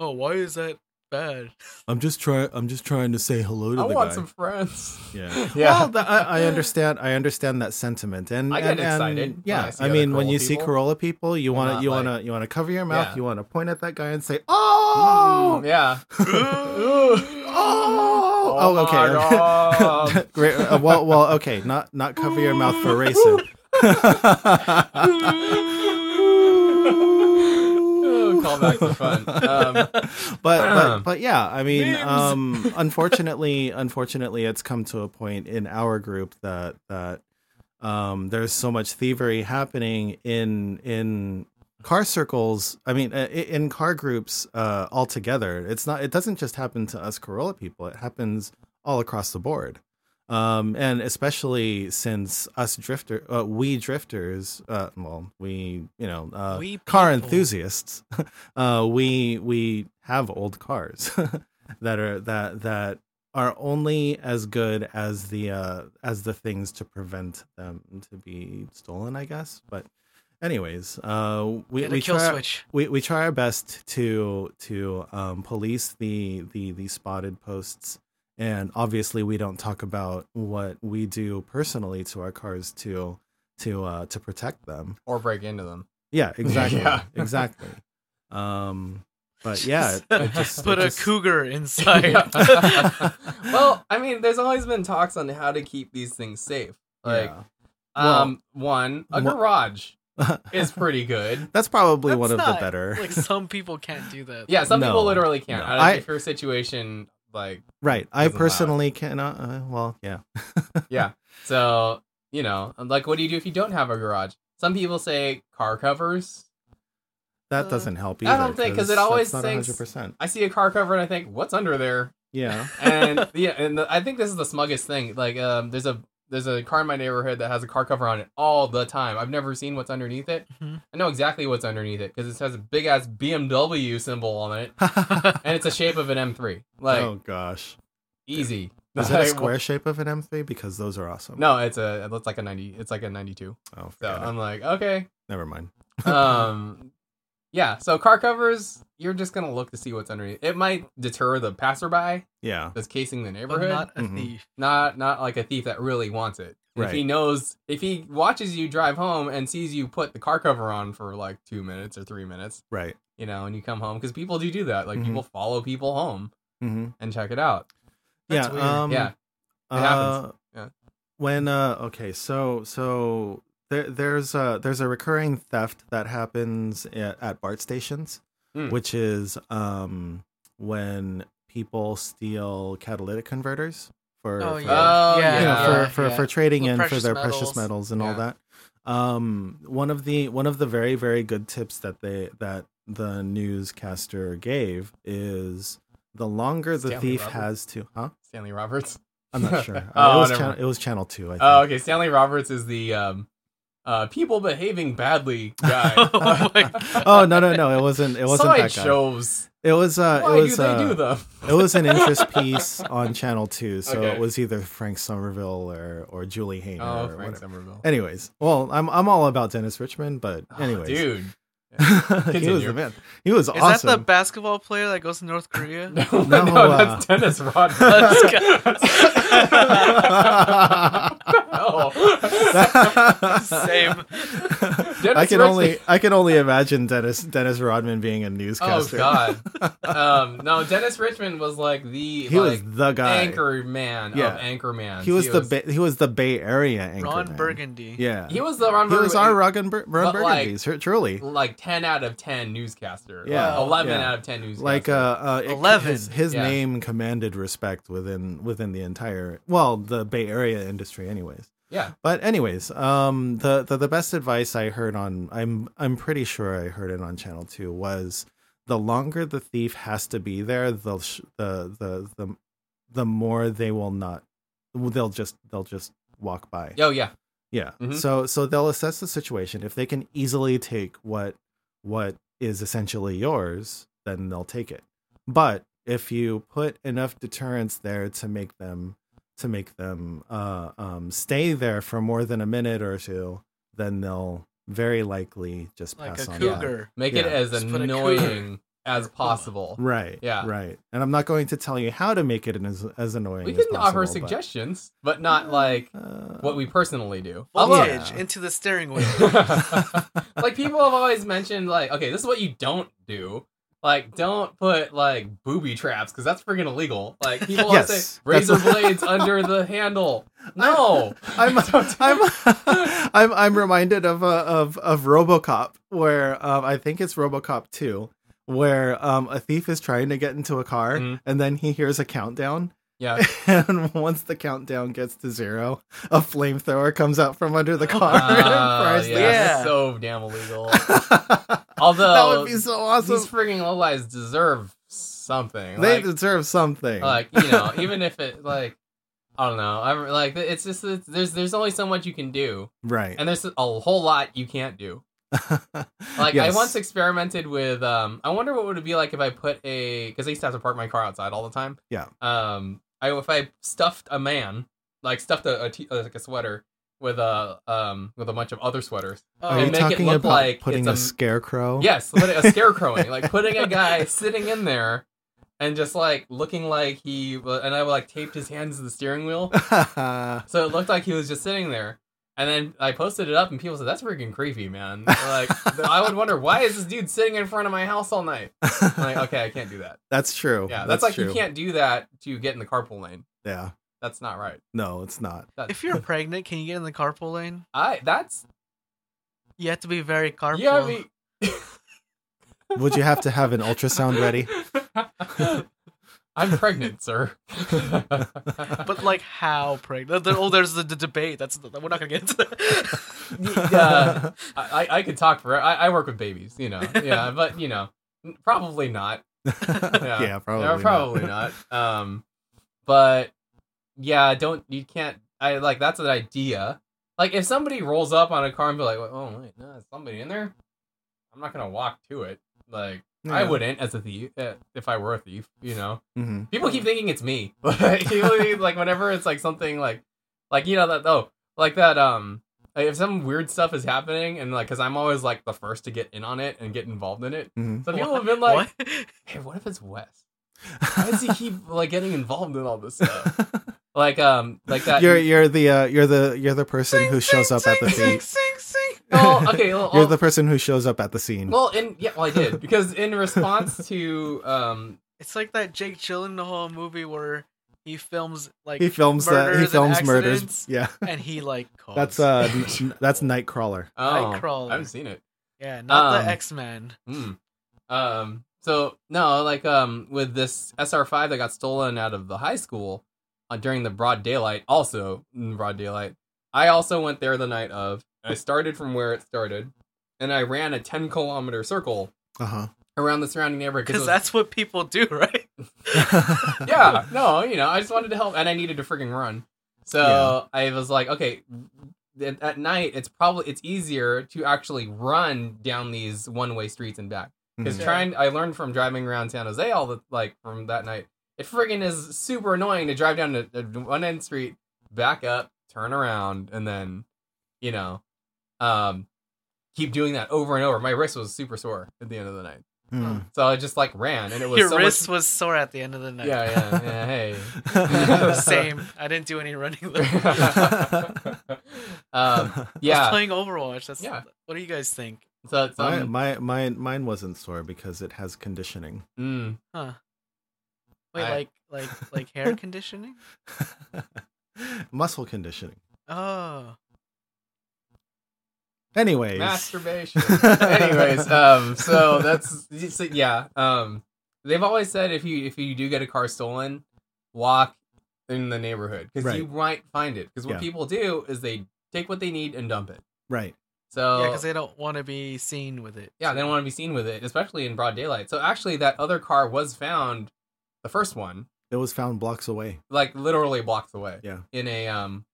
Speaker 2: oh why is that bad?
Speaker 4: I'm just trying. I'm just trying to say hello to
Speaker 3: I
Speaker 4: the
Speaker 3: want
Speaker 4: guy.
Speaker 3: some friends.
Speaker 4: Yeah.
Speaker 3: yeah.
Speaker 4: Well, the, I, I understand. I understand that sentiment, and
Speaker 3: I get
Speaker 4: and- and,
Speaker 3: excited
Speaker 4: Yeah,
Speaker 3: when I see
Speaker 4: I
Speaker 3: other
Speaker 4: mean, when
Speaker 3: Corolla
Speaker 4: you see
Speaker 3: people.
Speaker 4: Corolla people, you
Speaker 3: I'm
Speaker 4: want
Speaker 3: not
Speaker 4: to you
Speaker 3: like-
Speaker 4: want to you want to cover your mouth.
Speaker 3: Yeah.
Speaker 4: You want to point at that guy and say, "Oh,
Speaker 3: Mm, yeah.
Speaker 4: Oh, oh, okay.
Speaker 3: my God.
Speaker 4: Great. Uh, well, well, okay. Not not cover your mouth for racism.
Speaker 3: Oh, callbacks are fun. Um,
Speaker 4: but, but but yeah, I mean,
Speaker 3: Memes.
Speaker 4: um, unfortunately, unfortunately, it's come to a point in our group that that um, there's so much thievery happening in in car circles. I mean, uh, i- in car groups uh, altogether. It's not. It doesn't just happen to us Corolla people. It happens all across the board. Um, and especially since us drifter, uh, we drifters, uh, well, we, you know, uh,
Speaker 2: We
Speaker 4: car
Speaker 2: people.
Speaker 4: enthusiasts, uh, we, we have old cars that are, that, that are only as good as the, uh, as the things to prevent them to be stolen, I guess. But anyways, uh, we,
Speaker 2: Get
Speaker 4: we
Speaker 2: a kill
Speaker 4: try,
Speaker 2: switch.
Speaker 4: we we try our best to to um, police the the the spotted posts, and obviously we don't talk about what we do personally to our cars to to uh, to protect them.
Speaker 3: or break into them.
Speaker 4: Yeah, exactly,
Speaker 3: Yeah.
Speaker 4: exactly. Um, but yeah, it, it just,
Speaker 2: Put
Speaker 4: it
Speaker 2: a
Speaker 4: just-
Speaker 2: cougar inside.
Speaker 3: well, I mean, there's always been talks on how to keep these things safe. Like,
Speaker 4: yeah.
Speaker 3: um, one, a
Speaker 4: wha-
Speaker 3: garage is pretty good.
Speaker 4: that's probably
Speaker 2: That's
Speaker 4: one of the
Speaker 2: not-
Speaker 4: better.
Speaker 2: like some people can't do that.
Speaker 3: Yeah, some
Speaker 4: No,
Speaker 3: people literally can't.
Speaker 4: no.
Speaker 3: I don't know
Speaker 4: I-
Speaker 3: if your situation, like,
Speaker 4: right, I
Speaker 3: doesn't allow it.
Speaker 4: personally cannot. Uh, well, yeah,
Speaker 3: yeah. So, you know, I'm like, what do you do if you don't have a garage? Some people say car covers.
Speaker 4: that
Speaker 2: Uh,
Speaker 4: doesn't help either.
Speaker 3: I don't think- 'cause it always
Speaker 4: that's not
Speaker 3: thinks-
Speaker 4: 100%.
Speaker 3: I see a car cover and I think, what's under there?
Speaker 4: Yeah,
Speaker 3: and yeah, and the, I think this is the smuggest thing. Like, um, there's a there's a car in my neighborhood that has a car cover on it all the time. I've never seen what's underneath it.
Speaker 2: Mhm.
Speaker 3: I know exactly what's underneath it because it has a big ass BMW symbol on it, and it's a shape of an M3. Like,
Speaker 4: oh gosh.
Speaker 3: easy.
Speaker 4: Is that a
Speaker 3: Like,
Speaker 4: square shape of an M3? Because those are awesome.
Speaker 3: No, it's a it looks like a ninety. It's like a ninety-two.
Speaker 4: Oh,
Speaker 3: So
Speaker 4: forget it.
Speaker 3: I'm like, okay.
Speaker 4: never mind.
Speaker 3: Um, Yeah, so car covers, you're just gonna look to see what's underneath. It might deter the passerby
Speaker 4: Yeah.
Speaker 3: that's casing the
Speaker 2: but
Speaker 3: neighborhood.
Speaker 2: not a
Speaker 4: Mhm.
Speaker 2: thief.
Speaker 3: not not like a thief that really wants it. If he
Speaker 4: Right.
Speaker 3: knows, if he watches you drive home and sees you put the car cover on for like two minutes or three minutes,
Speaker 4: Right.
Speaker 3: you know, and you come home because people do do that. Like
Speaker 4: Mhm.
Speaker 3: people follow people home
Speaker 4: Mm-hmm.
Speaker 3: and check it out.
Speaker 4: Yeah.
Speaker 2: That's weird.
Speaker 4: Um, uh,
Speaker 3: yeah, It happens. Yeah.
Speaker 4: When uh okay, so so there there's uh there's a recurring theft that happens at, at BART stations,
Speaker 3: Mm.
Speaker 4: which is um when people steal catalytic converters for
Speaker 2: Oh
Speaker 4: for,
Speaker 2: yeah.
Speaker 3: Oh,
Speaker 2: yeah.
Speaker 4: you know,
Speaker 3: yeah,
Speaker 4: for, for,
Speaker 2: yeah.
Speaker 4: for trading
Speaker 2: The
Speaker 4: in for
Speaker 2: precious
Speaker 4: their precious
Speaker 2: metals.
Speaker 4: metals and all
Speaker 3: Yeah.
Speaker 4: that. Um, one of the one of the very very good tips that they that the newscaster gave is the longer the
Speaker 3: Stanley
Speaker 4: thief
Speaker 3: Roberts?
Speaker 4: has to, huh?
Speaker 3: Stanley Roberts.
Speaker 4: I'm not sure. Uh,
Speaker 3: Oh,
Speaker 4: it was
Speaker 3: never
Speaker 4: channel,
Speaker 3: mind.
Speaker 4: it was channel two. I think.
Speaker 3: Oh, okay. Stanley Roberts is the um, uh, people behaving badly guy.
Speaker 2: Oh my God.
Speaker 4: oh no no no! It wasn't. It wasn't that guy.
Speaker 3: Sideshows.
Speaker 4: It was. Uh,
Speaker 3: Why
Speaker 4: it was.
Speaker 3: do they
Speaker 4: uh,
Speaker 3: do them?
Speaker 4: it was an interest piece on Channel Two, so
Speaker 3: Okay.
Speaker 4: it was either Frank Somerville or or Julie Hayner
Speaker 3: oh,
Speaker 4: or
Speaker 3: Frank
Speaker 4: whatever.
Speaker 3: Somerville.
Speaker 4: Anyways, well, I'm I'm all about Dennis Richmond, but
Speaker 3: Oh,
Speaker 4: anyways,
Speaker 3: dude.
Speaker 4: he was
Speaker 3: Continue.
Speaker 4: the man. He
Speaker 2: Is
Speaker 4: was awesome.
Speaker 2: that the basketball player that goes to North Korea?
Speaker 3: No,
Speaker 4: No,
Speaker 3: no,
Speaker 4: uh,
Speaker 3: that's Dennis Rodman.
Speaker 2: Let's Same.
Speaker 4: I
Speaker 3: Dennis
Speaker 4: can
Speaker 3: Richmond.
Speaker 4: only I can only imagine Dennis Dennis Rodman being a
Speaker 3: Oh
Speaker 4: newscaster.
Speaker 3: God. Um, no, Dennis Richmond was like the
Speaker 4: he
Speaker 3: like
Speaker 4: was the guy.
Speaker 3: anchor man
Speaker 4: Yeah.
Speaker 3: of anchor man.
Speaker 4: He was the Ba- he was the Bay Area anchor.
Speaker 2: Ron Burgundy.
Speaker 4: Yeah,
Speaker 3: he was the Ron
Speaker 4: He was
Speaker 3: Burgundy-
Speaker 4: our Ron, Bur- Ron
Speaker 3: But, like-
Speaker 4: Burgundy, sir- truly.
Speaker 3: like ten out of ten newscaster.
Speaker 4: Yeah.
Speaker 3: Like, eleven
Speaker 4: Yeah.
Speaker 3: out of ten newscaster.
Speaker 4: Like uh, uh it-
Speaker 2: 11.
Speaker 4: his, his
Speaker 3: Yeah.
Speaker 4: name commanded respect within within the entire well the Bay Area industry, anyways.
Speaker 3: yeah,
Speaker 4: But anyways, um, the, the the best advice I heard on I'm I'm pretty sure I heard it on Channel Two was the longer the thief has to be there, the sh- the the the the more they will not they'll just they'll just walk by.
Speaker 3: oh yeah,
Speaker 4: Yeah.
Speaker 3: Mhm.
Speaker 4: So so they'll assess the situation. If they can easily take what what is essentially yours, then they'll take it. But if you put enough deterrence there to make them to make them uh, um, stay there for more than a minute or two, then they'll very likely just
Speaker 2: Like
Speaker 4: pass
Speaker 2: a
Speaker 4: on.
Speaker 2: cougar.
Speaker 3: make it
Speaker 4: Yeah.
Speaker 3: as
Speaker 2: Just put a
Speaker 3: annoying as possible.
Speaker 4: By. Right.
Speaker 3: Yeah.
Speaker 4: Right. And I'm not going to tell you how to make it as as annoying.
Speaker 3: We
Speaker 4: as
Speaker 3: can offer
Speaker 4: possible, but-
Speaker 3: suggestions, but not like
Speaker 4: Uh,
Speaker 3: what we personally do. Although-
Speaker 2: Voltage
Speaker 4: Yeah.
Speaker 2: into the steering wheel.
Speaker 3: like people have always mentioned like okay this is what you don't do like don't put like booby traps because that's freaking illegal like people always
Speaker 4: Yes,
Speaker 3: say razor
Speaker 4: that's-
Speaker 3: blades under the handle no
Speaker 4: I'm
Speaker 3: Don't-
Speaker 4: I'm, I'm I'm reminded of uh, of of RoboCop, where um, I think it's RoboCop two, where um, a thief is trying to get into a car,
Speaker 3: Mhm.
Speaker 4: and then he hears a countdown,
Speaker 3: yeah
Speaker 4: and once the countdown gets to zero, a flamethrower comes out from under the car. and
Speaker 3: Ah,
Speaker 4: fries
Speaker 3: yeah,
Speaker 4: the-
Speaker 2: Yeah.
Speaker 3: it's so damn illegal
Speaker 4: that
Speaker 3: althougw
Speaker 4: would be so
Speaker 3: these
Speaker 4: awesome.
Speaker 3: freaking little guys deserve something
Speaker 4: They
Speaker 3: like,
Speaker 4: deserve something.
Speaker 3: like you know even if it like I don't know. I'm like it's just it's, there's there's only so much you can do,
Speaker 4: right.
Speaker 3: and there's a whole lot you can't do. Like I once experimented with. Um, I wonder what would it be like if I put a because I used to have to park my car outside all the time.
Speaker 4: Yeah.
Speaker 3: Um, I if I stuffed a man like stuffed a, a t- uh, like a sweater with a um with a bunch of other sweaters.
Speaker 4: Are you
Speaker 3: make it
Speaker 4: talking
Speaker 3: look
Speaker 4: about
Speaker 3: like
Speaker 4: putting
Speaker 3: it's
Speaker 4: a,
Speaker 3: a-
Speaker 4: scarecrow?
Speaker 3: Yes, lit- a scarecrowing like putting a guy sitting in there and just like looking like he and I like taped his hands to the steering wheel
Speaker 4: Yeah.
Speaker 3: so it looked like he was just sitting there. And then I posted it up, and people said, "That's freaking creepy, man." Like, I would wonder why is this dude sitting in front of my house all night? I'm like, okay, I can't do that.
Speaker 4: That's true.
Speaker 3: Yeah, that's, like
Speaker 4: true.
Speaker 3: you can't do that to get in the carpool lane.
Speaker 4: Yeah.
Speaker 3: That's not right.
Speaker 4: No, it's not.
Speaker 3: That,
Speaker 2: If you're pregnant, can you get in the carpool lane?
Speaker 3: I that's
Speaker 2: You have to be very carpool.
Speaker 3: yeah, I mean-
Speaker 4: Would you have to have an ultrasound ready?
Speaker 3: I'm pregnant, sir.
Speaker 2: But like, how pregnant? There- Oh, there's the, d debate. That's we're not gonna get into. That.
Speaker 3: Yeah. I, I- I could talk for I, I work with babies, you know. Yeah, but you know, probably not.
Speaker 4: yeah, probably.
Speaker 3: No,
Speaker 4: not.
Speaker 3: probably not. Um, but yeah, don't you can't. I like that's an idea. Like if somebody rolls up on a car and be like, "Oh wait, no, there's somebody in there," I'm not gonna walk to it. Like I
Speaker 4: Yeah.
Speaker 3: wouldn't as a thief uh, if I were a thief. You know,
Speaker 4: Mhm.
Speaker 3: people keep thinking it's me. Like, people keep- like whenever it's like something like, like you know that oh like that um Like, if some weird stuff is happening, and like, because I'm always like the first to get in on it and get involved in it.
Speaker 4: Mhm.
Speaker 3: So people have been like,
Speaker 2: What?
Speaker 3: "Hey, what if it's Wes? Why does he keep like getting involved in all this stuff?" like, um, like that.
Speaker 4: you're you're the uh, you're the you're the person who shows up at the
Speaker 2: Sing,
Speaker 4: scene.
Speaker 2: sing, sing.
Speaker 3: well, okay, well,
Speaker 4: You're
Speaker 3: I'll-
Speaker 4: the person who shows up at the scene.
Speaker 3: well, in yeah, well, I did because in response to um,
Speaker 2: It's like that Jake Chillen the whole movie where he films like
Speaker 4: he films that he
Speaker 2: murders and
Speaker 4: films murders.
Speaker 2: accidents,
Speaker 4: Yeah,
Speaker 2: and he like calls.
Speaker 4: that's uh n- that's Nightcrawler.
Speaker 3: oh,
Speaker 2: Nightcrawler.
Speaker 3: I haven't seen it.
Speaker 2: yeah, not
Speaker 3: um,
Speaker 2: the X Men.
Speaker 3: Mm. Um. So no, like um, with this SR5 that got stolen out of the high school uh, during the broad daylight, also in broad daylight. I also went there the night of. I started from where it started, and I ran a ten kilometer circle
Speaker 4: Uh
Speaker 3: around the surrounding neighborhood
Speaker 2: Because
Speaker 3: it was-
Speaker 2: that's what people do, right?
Speaker 4: huh.
Speaker 3: yeah. No, you know, I just wanted to help, and I needed to freaking run. So I was like, okay. At at night, it's probably it's easier to actually run down these one way streets and back. Because
Speaker 4: Mm-hmm.
Speaker 2: Mhm.
Speaker 3: trying, I learned from driving around San Jose all the like from that night. It friggin' is super annoying to drive down a, a one end street, back up, turn around, and then, you know, um, keep doing that over and over. My wrist was super sore at the end of the night,
Speaker 4: Mm.
Speaker 3: so I just like ran, and it was
Speaker 2: Hmm. Your
Speaker 3: so
Speaker 2: wrist
Speaker 3: much.
Speaker 2: was sore at the end of the night.
Speaker 3: Yeah, yeah, yeah. Hey.
Speaker 2: Same. I didn't do any running.
Speaker 3: um,
Speaker 2: I was
Speaker 3: yeah.
Speaker 2: playing Overwatch. That's
Speaker 3: Yeah.
Speaker 2: what do you guys think?
Speaker 3: So it's,
Speaker 4: My,
Speaker 3: um,
Speaker 4: my mine mine wasn't sore because it has conditioning.
Speaker 3: mm,
Speaker 2: Huh. Wait,
Speaker 3: I-
Speaker 2: like like like hair conditioning?
Speaker 4: Muscle conditioning.
Speaker 2: Oh.
Speaker 4: Anyways.
Speaker 3: masturbation. Anyways, um, so that's so, yeah. Um, they've always said if you if you do get a car stolen, walk in the neighborhood because you might find it. Because what
Speaker 4: Yeah.
Speaker 3: people do is they take what they need and dump it.
Speaker 4: right.
Speaker 3: So
Speaker 2: Yeah, because they don't want to be seen with it.
Speaker 3: Yeah, they don't want to be seen with it, especially in broad daylight. So actually, that other car was found, the first one,
Speaker 4: It was found blocks away.
Speaker 3: like literally blocks away.
Speaker 4: Yeah.
Speaker 3: In a um,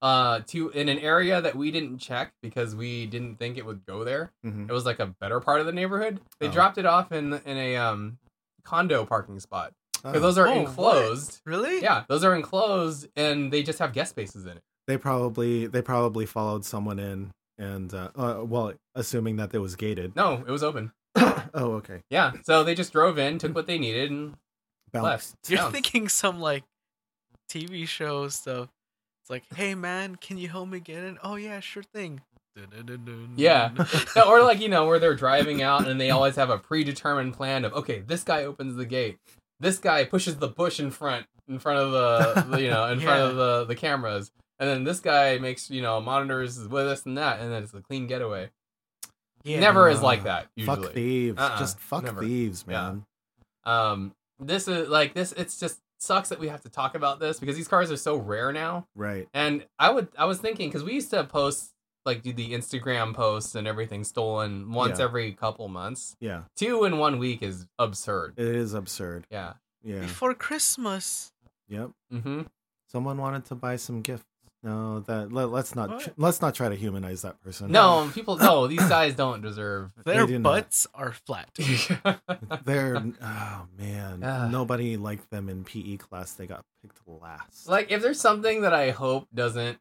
Speaker 3: uh, to in an area that we didn't check because we didn't think it would go there.
Speaker 4: Mhm.
Speaker 3: It was like a better part of the neighborhood. They
Speaker 4: Oh.
Speaker 3: dropped it off in in a um condo parking spot because
Speaker 4: Oh.
Speaker 3: those are
Speaker 2: Oh, what?
Speaker 3: enclosed.
Speaker 2: Really?
Speaker 3: Yeah, those are enclosed, and they just have guest spaces in it.
Speaker 4: they probably they probably followed someone in and uh, uh well assuming that it was gated.
Speaker 3: No, it was open.
Speaker 4: Oh, okay.
Speaker 3: Yeah, so they just drove in, took what they needed, and
Speaker 4: Bounced.
Speaker 2: You're
Speaker 3: Sounds-
Speaker 2: thinking some like TV show stuff. It's like, hey man, can you help me get in? Oh yeah, sure thing. Dun-dun-dun-dun.
Speaker 3: Yeah. No, or like you know where they're driving out and they always have a predetermined plan of okay this guy opens the gate this guy pushes the bush in front in front of the, the, you know in front
Speaker 2: Yeah.
Speaker 3: of the the cameras and then this guy makes you know monitors with this and that and then it's a clean getaway
Speaker 2: Yeah.
Speaker 3: never is like that usually
Speaker 4: Fuck thieves.
Speaker 3: Uh-uh,
Speaker 4: Just fuck
Speaker 3: never.
Speaker 4: thieves,
Speaker 3: Yeah.
Speaker 4: man.
Speaker 3: um this is like this it's just sucks that we have to talk about this because these cars are so rare now
Speaker 4: Right.
Speaker 3: And I would I was thinking because we used to post like do the Instagram posts and everything stolen once
Speaker 4: Yeah.
Speaker 3: every couple months.
Speaker 4: Yeah.
Speaker 3: Two in one week is absurd.
Speaker 4: It is absurd.
Speaker 3: Yeah.
Speaker 4: Yeah.
Speaker 2: Before Christmas.
Speaker 4: Yep.
Speaker 3: Mm-hmm.
Speaker 4: Someone wanted to buy some gifts. No, that let, let's not
Speaker 2: What?
Speaker 4: tr- let's not try to humanize that person.
Speaker 3: No, people. No, these guys don't deserve.
Speaker 2: Their
Speaker 4: do not.
Speaker 2: butts are flat.
Speaker 4: They're oh man,
Speaker 3: Ah.
Speaker 4: nobody liked them in PE class. They got picked last.
Speaker 3: like if there's something that I hope doesn't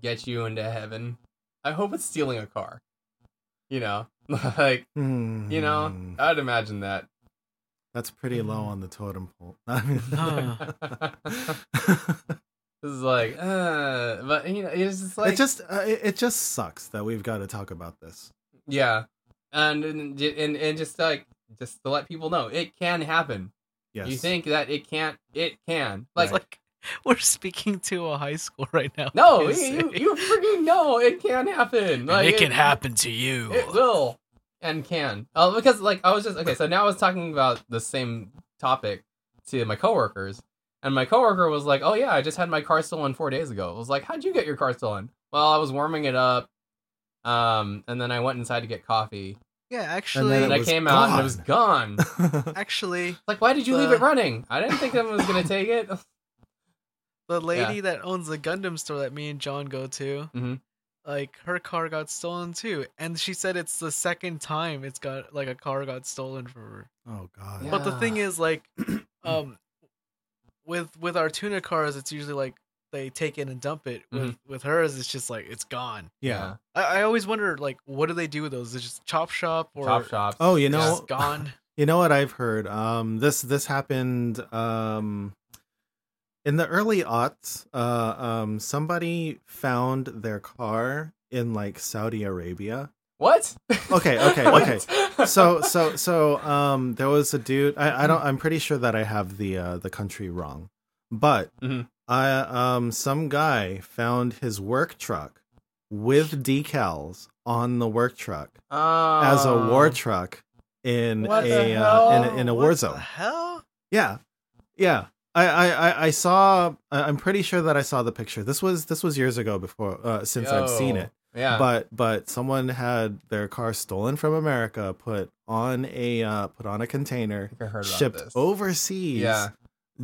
Speaker 3: get you into heaven, I hope it's stealing a car. You know, like
Speaker 4: Hmm.
Speaker 3: you know, I'd imagine that.
Speaker 4: that's pretty low
Speaker 3: Mm-hmm.
Speaker 4: on the totem pole. I
Speaker 2: Huh.
Speaker 3: this is like, uh, but you know, it's just like
Speaker 4: it just uh, it, it just sucks that we've got to talk about this.
Speaker 3: Yeah, and and and, and just like just to let people know, it can happen.
Speaker 4: Yes.
Speaker 3: You think that it can't? It can. Like,
Speaker 4: Right.
Speaker 2: like we're speaking to a high school right now.
Speaker 3: no,
Speaker 2: It's-
Speaker 3: you, you you freaking know it can happen.
Speaker 1: And
Speaker 3: Like,
Speaker 1: it can happen to you.
Speaker 3: It will and can. Uh, because like I was just okay. So now I was talking about the same topic to my coworkers, and my coworker was like, "Oh yeah, I just had my car stolen four days ago." I was like, "How'd you get your car stolen?" Well, I was warming it up, um, and then I went inside to get coffee,
Speaker 2: Yeah,
Speaker 4: then
Speaker 2: actually,
Speaker 4: it
Speaker 3: and I
Speaker 4: was
Speaker 3: came out and it was gone.
Speaker 2: actually,
Speaker 3: Like, why did you leave
Speaker 2: The-
Speaker 3: it running? I didn't think someone was gonna take it.
Speaker 2: the lady that owns the Gundam store that me and John go to,
Speaker 4: Mm-hmm.
Speaker 3: Mhm.
Speaker 2: like her car got stolen too, and she said it's the second time it's got like a car got stolen from her.
Speaker 4: oh god.
Speaker 3: Yeah.
Speaker 2: But the thing is, like, um, with with our tuna cars, it's usually like they take it and dump it. With
Speaker 4: Mm-hmm.
Speaker 2: with hers, it's just like it's gone.
Speaker 4: Yeah.
Speaker 2: I, I always wonder like what do they do with those? Is it just chop shop or
Speaker 3: Chop shops.
Speaker 4: Oh, you
Speaker 2: it's
Speaker 4: know,
Speaker 2: just gone?
Speaker 4: You know what I've heard? Um, this this happened um, in the early aughts. Uh, um, somebody found their car in like Saudi Arabia.
Speaker 3: What?
Speaker 4: Okay, okay,
Speaker 3: What?
Speaker 4: So so so um, there was a dude. I, I don't. I'm pretty sure that I have the uh, the country wrong, but
Speaker 3: Mhm.
Speaker 4: I um, some guy found his work truck with decals on the work truck
Speaker 3: Um,
Speaker 4: as a war truck in
Speaker 3: What the
Speaker 4: a, uh, in
Speaker 3: hell?
Speaker 4: a in a
Speaker 2: What
Speaker 4: war
Speaker 2: the
Speaker 4: zone.
Speaker 2: hell?
Speaker 4: Yeah, yeah. I, I, I- I saw. I- I'm pretty sure that I saw the picture. This was this was years ago before uh, since I've seen
Speaker 3: Yo.
Speaker 4: it.
Speaker 3: Yeah.
Speaker 4: But but someone had their car stolen from America, put on a uh, put on a container,
Speaker 3: I think I heard about
Speaker 4: shipped
Speaker 3: this.
Speaker 4: overseas,
Speaker 3: Yeah.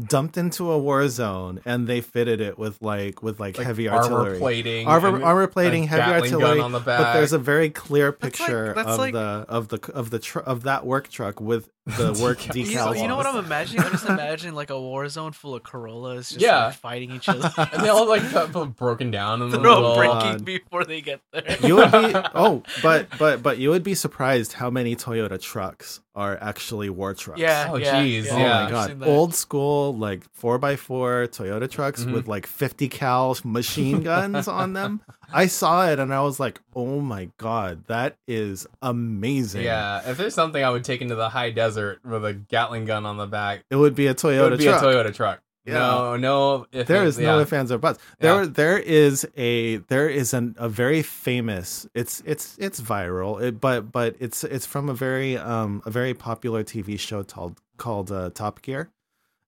Speaker 4: dumped into a war zone, and they fitted it with like with like,
Speaker 3: Like
Speaker 4: heavy
Speaker 3: armor
Speaker 4: artillery,
Speaker 3: plating,
Speaker 4: armor,
Speaker 3: and
Speaker 4: armor
Speaker 3: a
Speaker 4: plating, heavy
Speaker 3: Gatling gun
Speaker 4: artillery,
Speaker 3: on the back.
Speaker 4: but there's a very clear
Speaker 2: That's like-
Speaker 4: picture
Speaker 2: that's
Speaker 4: of
Speaker 2: like-
Speaker 4: the of the of the tr- of that work truck with the work
Speaker 3: Decals.
Speaker 2: You,
Speaker 4: decals.
Speaker 2: you know
Speaker 4: on
Speaker 2: what
Speaker 4: it.
Speaker 2: I'm imagining? I'm just imagining like a war zone full of Corollas just
Speaker 3: Yeah.
Speaker 2: like, fighting each other.
Speaker 3: and they all like got broken down and
Speaker 2: Throw
Speaker 3: little,
Speaker 4: Oh,
Speaker 2: breaking
Speaker 4: God.
Speaker 2: before they get there.
Speaker 4: you would be oh, but but but you would be surprised how many Toyota trucks are actually war trucks.
Speaker 2: Yeah.
Speaker 3: Oh,
Speaker 2: yeah,
Speaker 3: jeez,
Speaker 2: Yeah,
Speaker 4: Oh
Speaker 3: yeah.
Speaker 4: my
Speaker 2: I've seen
Speaker 4: god.
Speaker 2: that.
Speaker 4: Old school like 4x4 Toyota trucks
Speaker 3: Mhm.
Speaker 4: with like 50 cal machine guns on them. I saw it and I was like, "Oh my god, that is amazing."
Speaker 3: Uh, Yeah, if there's something I would take into the high desert with a Gatling gun on the back,
Speaker 4: It would be a
Speaker 3: it
Speaker 4: Toyota
Speaker 3: would be
Speaker 4: truck.
Speaker 3: a Toyota truck.
Speaker 4: Yeah.
Speaker 3: No, no. If
Speaker 4: there
Speaker 3: it-
Speaker 4: is no
Speaker 3: yeah.
Speaker 4: ifs ands or buts.
Speaker 3: Yeah.
Speaker 4: There there is a there is an, a very famous. It's it's it's viral. It, but but it's it's from a very um a very popular TV show called called uh, Top Gear,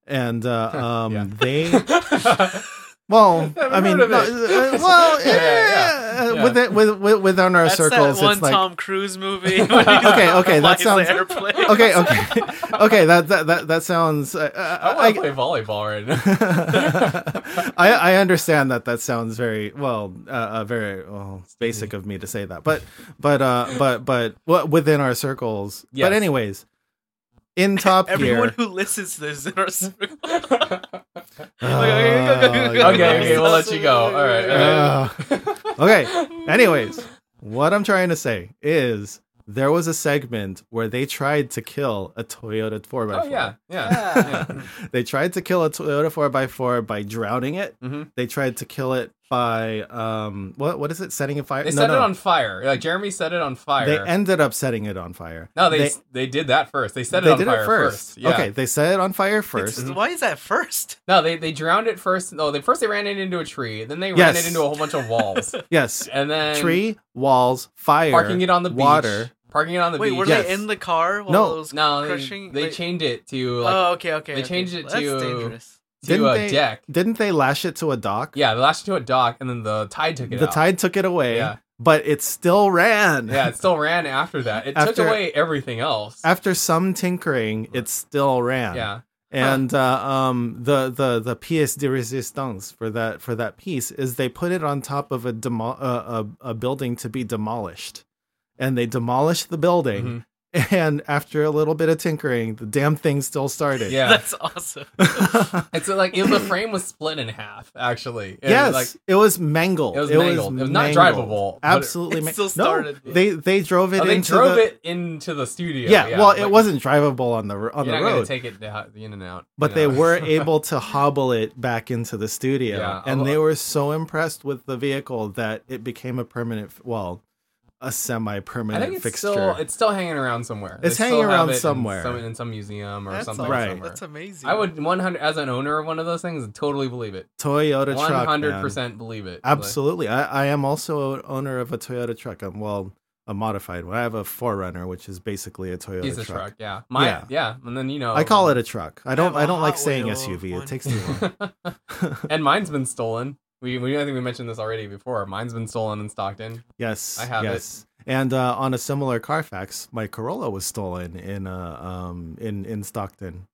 Speaker 4: and uh, um
Speaker 3: Yeah.
Speaker 4: they well
Speaker 3: Never
Speaker 4: I mean
Speaker 3: heard of
Speaker 4: no,
Speaker 3: it.
Speaker 4: uh, well
Speaker 3: Yeah,
Speaker 4: yeah, uh,
Speaker 3: yeah, yeah.
Speaker 4: with it with, with within our
Speaker 2: That's
Speaker 4: circles
Speaker 2: that one
Speaker 4: it's like
Speaker 2: Tom Cruise movie.
Speaker 4: Okay, okay, that sounds-
Speaker 2: okay.
Speaker 4: okay okay okay that that that, that sounds uh,
Speaker 3: I
Speaker 4: I-
Speaker 3: want to play volleyball right now.
Speaker 4: I, I understand that that sounds very well, uh, uh, very well, basic of me to say that, but but uh, but but well, within our circles.
Speaker 3: Yes.
Speaker 4: But anyways, in Top
Speaker 2: Everyone
Speaker 4: Gear.
Speaker 2: who listens to this in our circle.
Speaker 4: Uh,
Speaker 3: Okay, okay, we'll let you go. All right, all right.
Speaker 4: uh, okay. Anyways, what I'm trying to say is there was a segment where they tried to kill a Toyota 4x4.
Speaker 3: oh yeah, yeah.
Speaker 2: Yeah.
Speaker 4: they tried to kill a Toyota 4x4 by drowning it.
Speaker 3: hmm
Speaker 4: They tried to kill it by um what what is it setting a fire?
Speaker 3: They
Speaker 4: No,
Speaker 3: set
Speaker 4: no.
Speaker 3: it on fire. Like Jeremy set it on fire.
Speaker 4: They ended up setting it on fire.
Speaker 3: no, they,
Speaker 4: they,
Speaker 3: they did that first. They set
Speaker 4: they
Speaker 3: it on
Speaker 4: did
Speaker 3: fire
Speaker 4: it first.
Speaker 3: Yeah.
Speaker 4: Okay, they set it on fire
Speaker 2: It's-
Speaker 4: first.
Speaker 2: Why is that first?
Speaker 3: No, they they drowned it first. No, they first they ran it into a tree. Then they ran
Speaker 4: Yes.
Speaker 3: it into a whole bunch of walls.
Speaker 4: Yes,
Speaker 3: and then
Speaker 4: tree, walls, fire,
Speaker 3: parking it on the beach.
Speaker 4: water.
Speaker 3: Parking it on the
Speaker 2: Wait,
Speaker 3: beach.
Speaker 2: were
Speaker 4: Yes.
Speaker 2: they in the car while
Speaker 4: No.
Speaker 2: it was
Speaker 3: No, they,
Speaker 2: crushing?
Speaker 3: they
Speaker 2: Wait.
Speaker 3: chained it to like
Speaker 2: oh, okay, okay.
Speaker 3: they
Speaker 2: okay.
Speaker 3: changed it
Speaker 2: That's
Speaker 3: to-
Speaker 2: dangerous.
Speaker 3: to
Speaker 4: Didn't
Speaker 3: a
Speaker 4: they-
Speaker 3: deck.
Speaker 4: Didn't they lash it to a dock?
Speaker 3: Yeah, they lashed it to a dock, and then the tide took it.
Speaker 4: the
Speaker 3: out.
Speaker 4: tide took it away,
Speaker 3: Yeah.
Speaker 4: but it still ran.
Speaker 3: Yeah, it still ran after that. It
Speaker 4: After-
Speaker 3: took away everything else.
Speaker 4: After some tinkering, it still ran.
Speaker 3: yeah.
Speaker 4: and uh, um, the the the pièce de résistance for that for that piece is they put it on top of a demo- uh, a, a building to be demolished, and they demolished the building.
Speaker 3: Mm-hmm.
Speaker 4: And after a little bit of tinkering, the damn thing still started.
Speaker 3: Yeah.
Speaker 2: That's awesome.
Speaker 3: It's like it, the frame was split in half. Actually, It was
Speaker 4: yes,
Speaker 3: like
Speaker 4: it was mangled.
Speaker 3: It was mangled. It was not
Speaker 4: mangled.
Speaker 3: drivable, but it-
Speaker 4: Absolutely,
Speaker 2: It
Speaker 4: ma-
Speaker 2: still
Speaker 4: No,
Speaker 2: started.
Speaker 4: they they drove it
Speaker 3: oh, they
Speaker 4: into
Speaker 3: drove
Speaker 4: the.
Speaker 3: it into the studio.
Speaker 4: yeah, well, it
Speaker 3: like,
Speaker 4: wasn't drivable on the r- on
Speaker 3: you're
Speaker 4: the
Speaker 3: not gonna
Speaker 4: road.
Speaker 3: Take it out- in and out.
Speaker 4: but
Speaker 3: you
Speaker 4: they
Speaker 3: know.
Speaker 4: were able to hobble it back into the studio
Speaker 3: Yeah,
Speaker 4: and
Speaker 3: I'll-
Speaker 4: they were so impressed with the vehicle that it became a permanent well a
Speaker 3: I
Speaker 4: semi-permanent
Speaker 3: think it's
Speaker 4: fixture
Speaker 3: still it's still hanging around somewhere.
Speaker 4: It's
Speaker 3: They
Speaker 4: hanging
Speaker 3: still have
Speaker 4: around
Speaker 3: it in
Speaker 4: somewhere.
Speaker 3: some, in some museum or
Speaker 2: That's
Speaker 3: something.
Speaker 2: awesome.
Speaker 4: Right.
Speaker 3: somewhere.
Speaker 2: That's amazing.
Speaker 3: I would 100 as an owner of one of those things totally believe it.
Speaker 4: toyota truck
Speaker 3: 100
Speaker 4: 100%
Speaker 3: percent believe it. Like,
Speaker 4: absolutely I, I am also an owner of a toyota truck um, well a modified one i have a forerunner which is basically a toyota
Speaker 3: He's a
Speaker 4: truck,
Speaker 3: truck. Oh. Yeah. My, yeah.
Speaker 4: Yeah.
Speaker 3: And then you know
Speaker 4: i call it a truck i don't
Speaker 2: have a
Speaker 4: i, don't like
Speaker 2: Hot
Speaker 4: saying
Speaker 2: Wheel
Speaker 4: suv
Speaker 2: one.
Speaker 4: it takes too long
Speaker 3: and mine's been stolen. We, we I think we mentioned this already before. Mine's been stolen in Stockton.
Speaker 4: Yes,
Speaker 3: I have it.
Speaker 4: yes. And uh, on a similar Carfax, my Corolla was stolen in uh, um in in Stockton,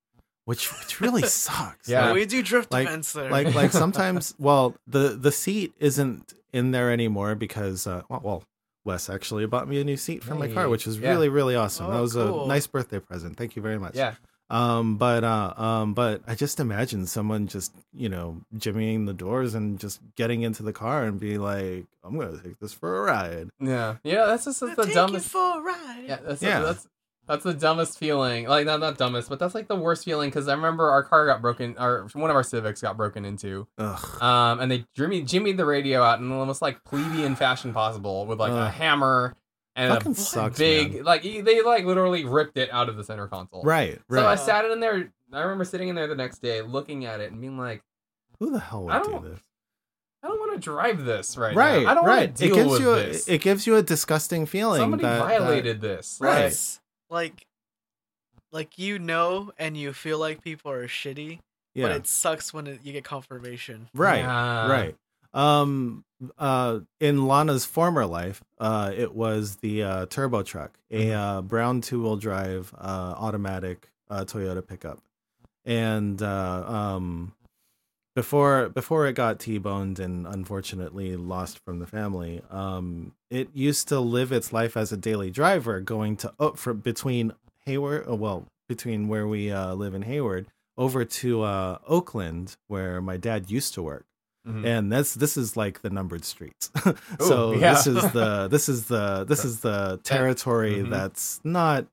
Speaker 4: which which really sucks.
Speaker 3: Yeah.
Speaker 4: Like,
Speaker 2: we do drift
Speaker 4: Like-
Speaker 2: defense there.
Speaker 4: like like sometimes, well, the the seat isn't in there anymore because uh, well, well, Wes actually bought me a new seat for my
Speaker 3: Hey.
Speaker 4: car, which was
Speaker 3: Yeah.
Speaker 4: really really awesome.
Speaker 2: Oh,
Speaker 4: that was
Speaker 2: cool.
Speaker 4: a nice birthday present. Thank you very much.
Speaker 3: Yeah.
Speaker 4: Um, but uh, um, but I just imagine someone just you know jimmying the doors and just getting into the car and be like, "I'm gonna take this for a ride."
Speaker 3: Yeah, yeah. That's just that's the dumbest.
Speaker 2: for a ride.
Speaker 3: Yeah, that's,
Speaker 4: Yeah.
Speaker 3: that's that's the dumbest feeling. Like not not dumbest, but that's like the worst feeling because I remember our car got broken, or one of our Civics got broken into,
Speaker 4: Ugh.
Speaker 3: um, and they jimmy jimmied the radio out in the most like plebeian fashion possible with like a
Speaker 4: Ugh.
Speaker 3: hammer and
Speaker 4: Fucking
Speaker 3: a
Speaker 4: sucks,
Speaker 3: big
Speaker 4: man.
Speaker 3: like e- they like literally ripped it out of the center console.
Speaker 4: Right,
Speaker 3: So I
Speaker 4: right.
Speaker 2: Uh,
Speaker 3: sat in there. I remember sitting in there the next day, looking at it and being like,
Speaker 4: Who the hell
Speaker 3: I
Speaker 4: would do
Speaker 3: don't-
Speaker 4: this?
Speaker 3: I don't want to drive this right. now.
Speaker 4: Right,
Speaker 3: I don't
Speaker 4: right.
Speaker 3: want to deal
Speaker 4: it gives
Speaker 3: with
Speaker 4: you a,
Speaker 3: this.
Speaker 4: it gives you a disgusting feeling.
Speaker 3: Somebody
Speaker 4: that, that-
Speaker 3: violated this.
Speaker 4: Right.
Speaker 3: Like,
Speaker 2: It's like like you know and you feel like people are shitty,
Speaker 4: yeah.
Speaker 2: but it sucks when it, you get confirmation.
Speaker 4: right.
Speaker 3: yeah.
Speaker 4: right um uh in lana's former life uh it was the uh turbo truck a uh, brown two-wheel drive uh automatic uh toyota pickup and uh um before before it got t-boned and unfortunately lost from the family um it used to live its life as a daily driver going to up from between hayward oh, well between where we uh live in hayward over to uh oakland where my dad used to work
Speaker 3: Mhm.
Speaker 4: and that's this is like the numbered streets so
Speaker 3: yeah.
Speaker 4: this is the this is the this is the territory
Speaker 3: Mhm.
Speaker 4: that's not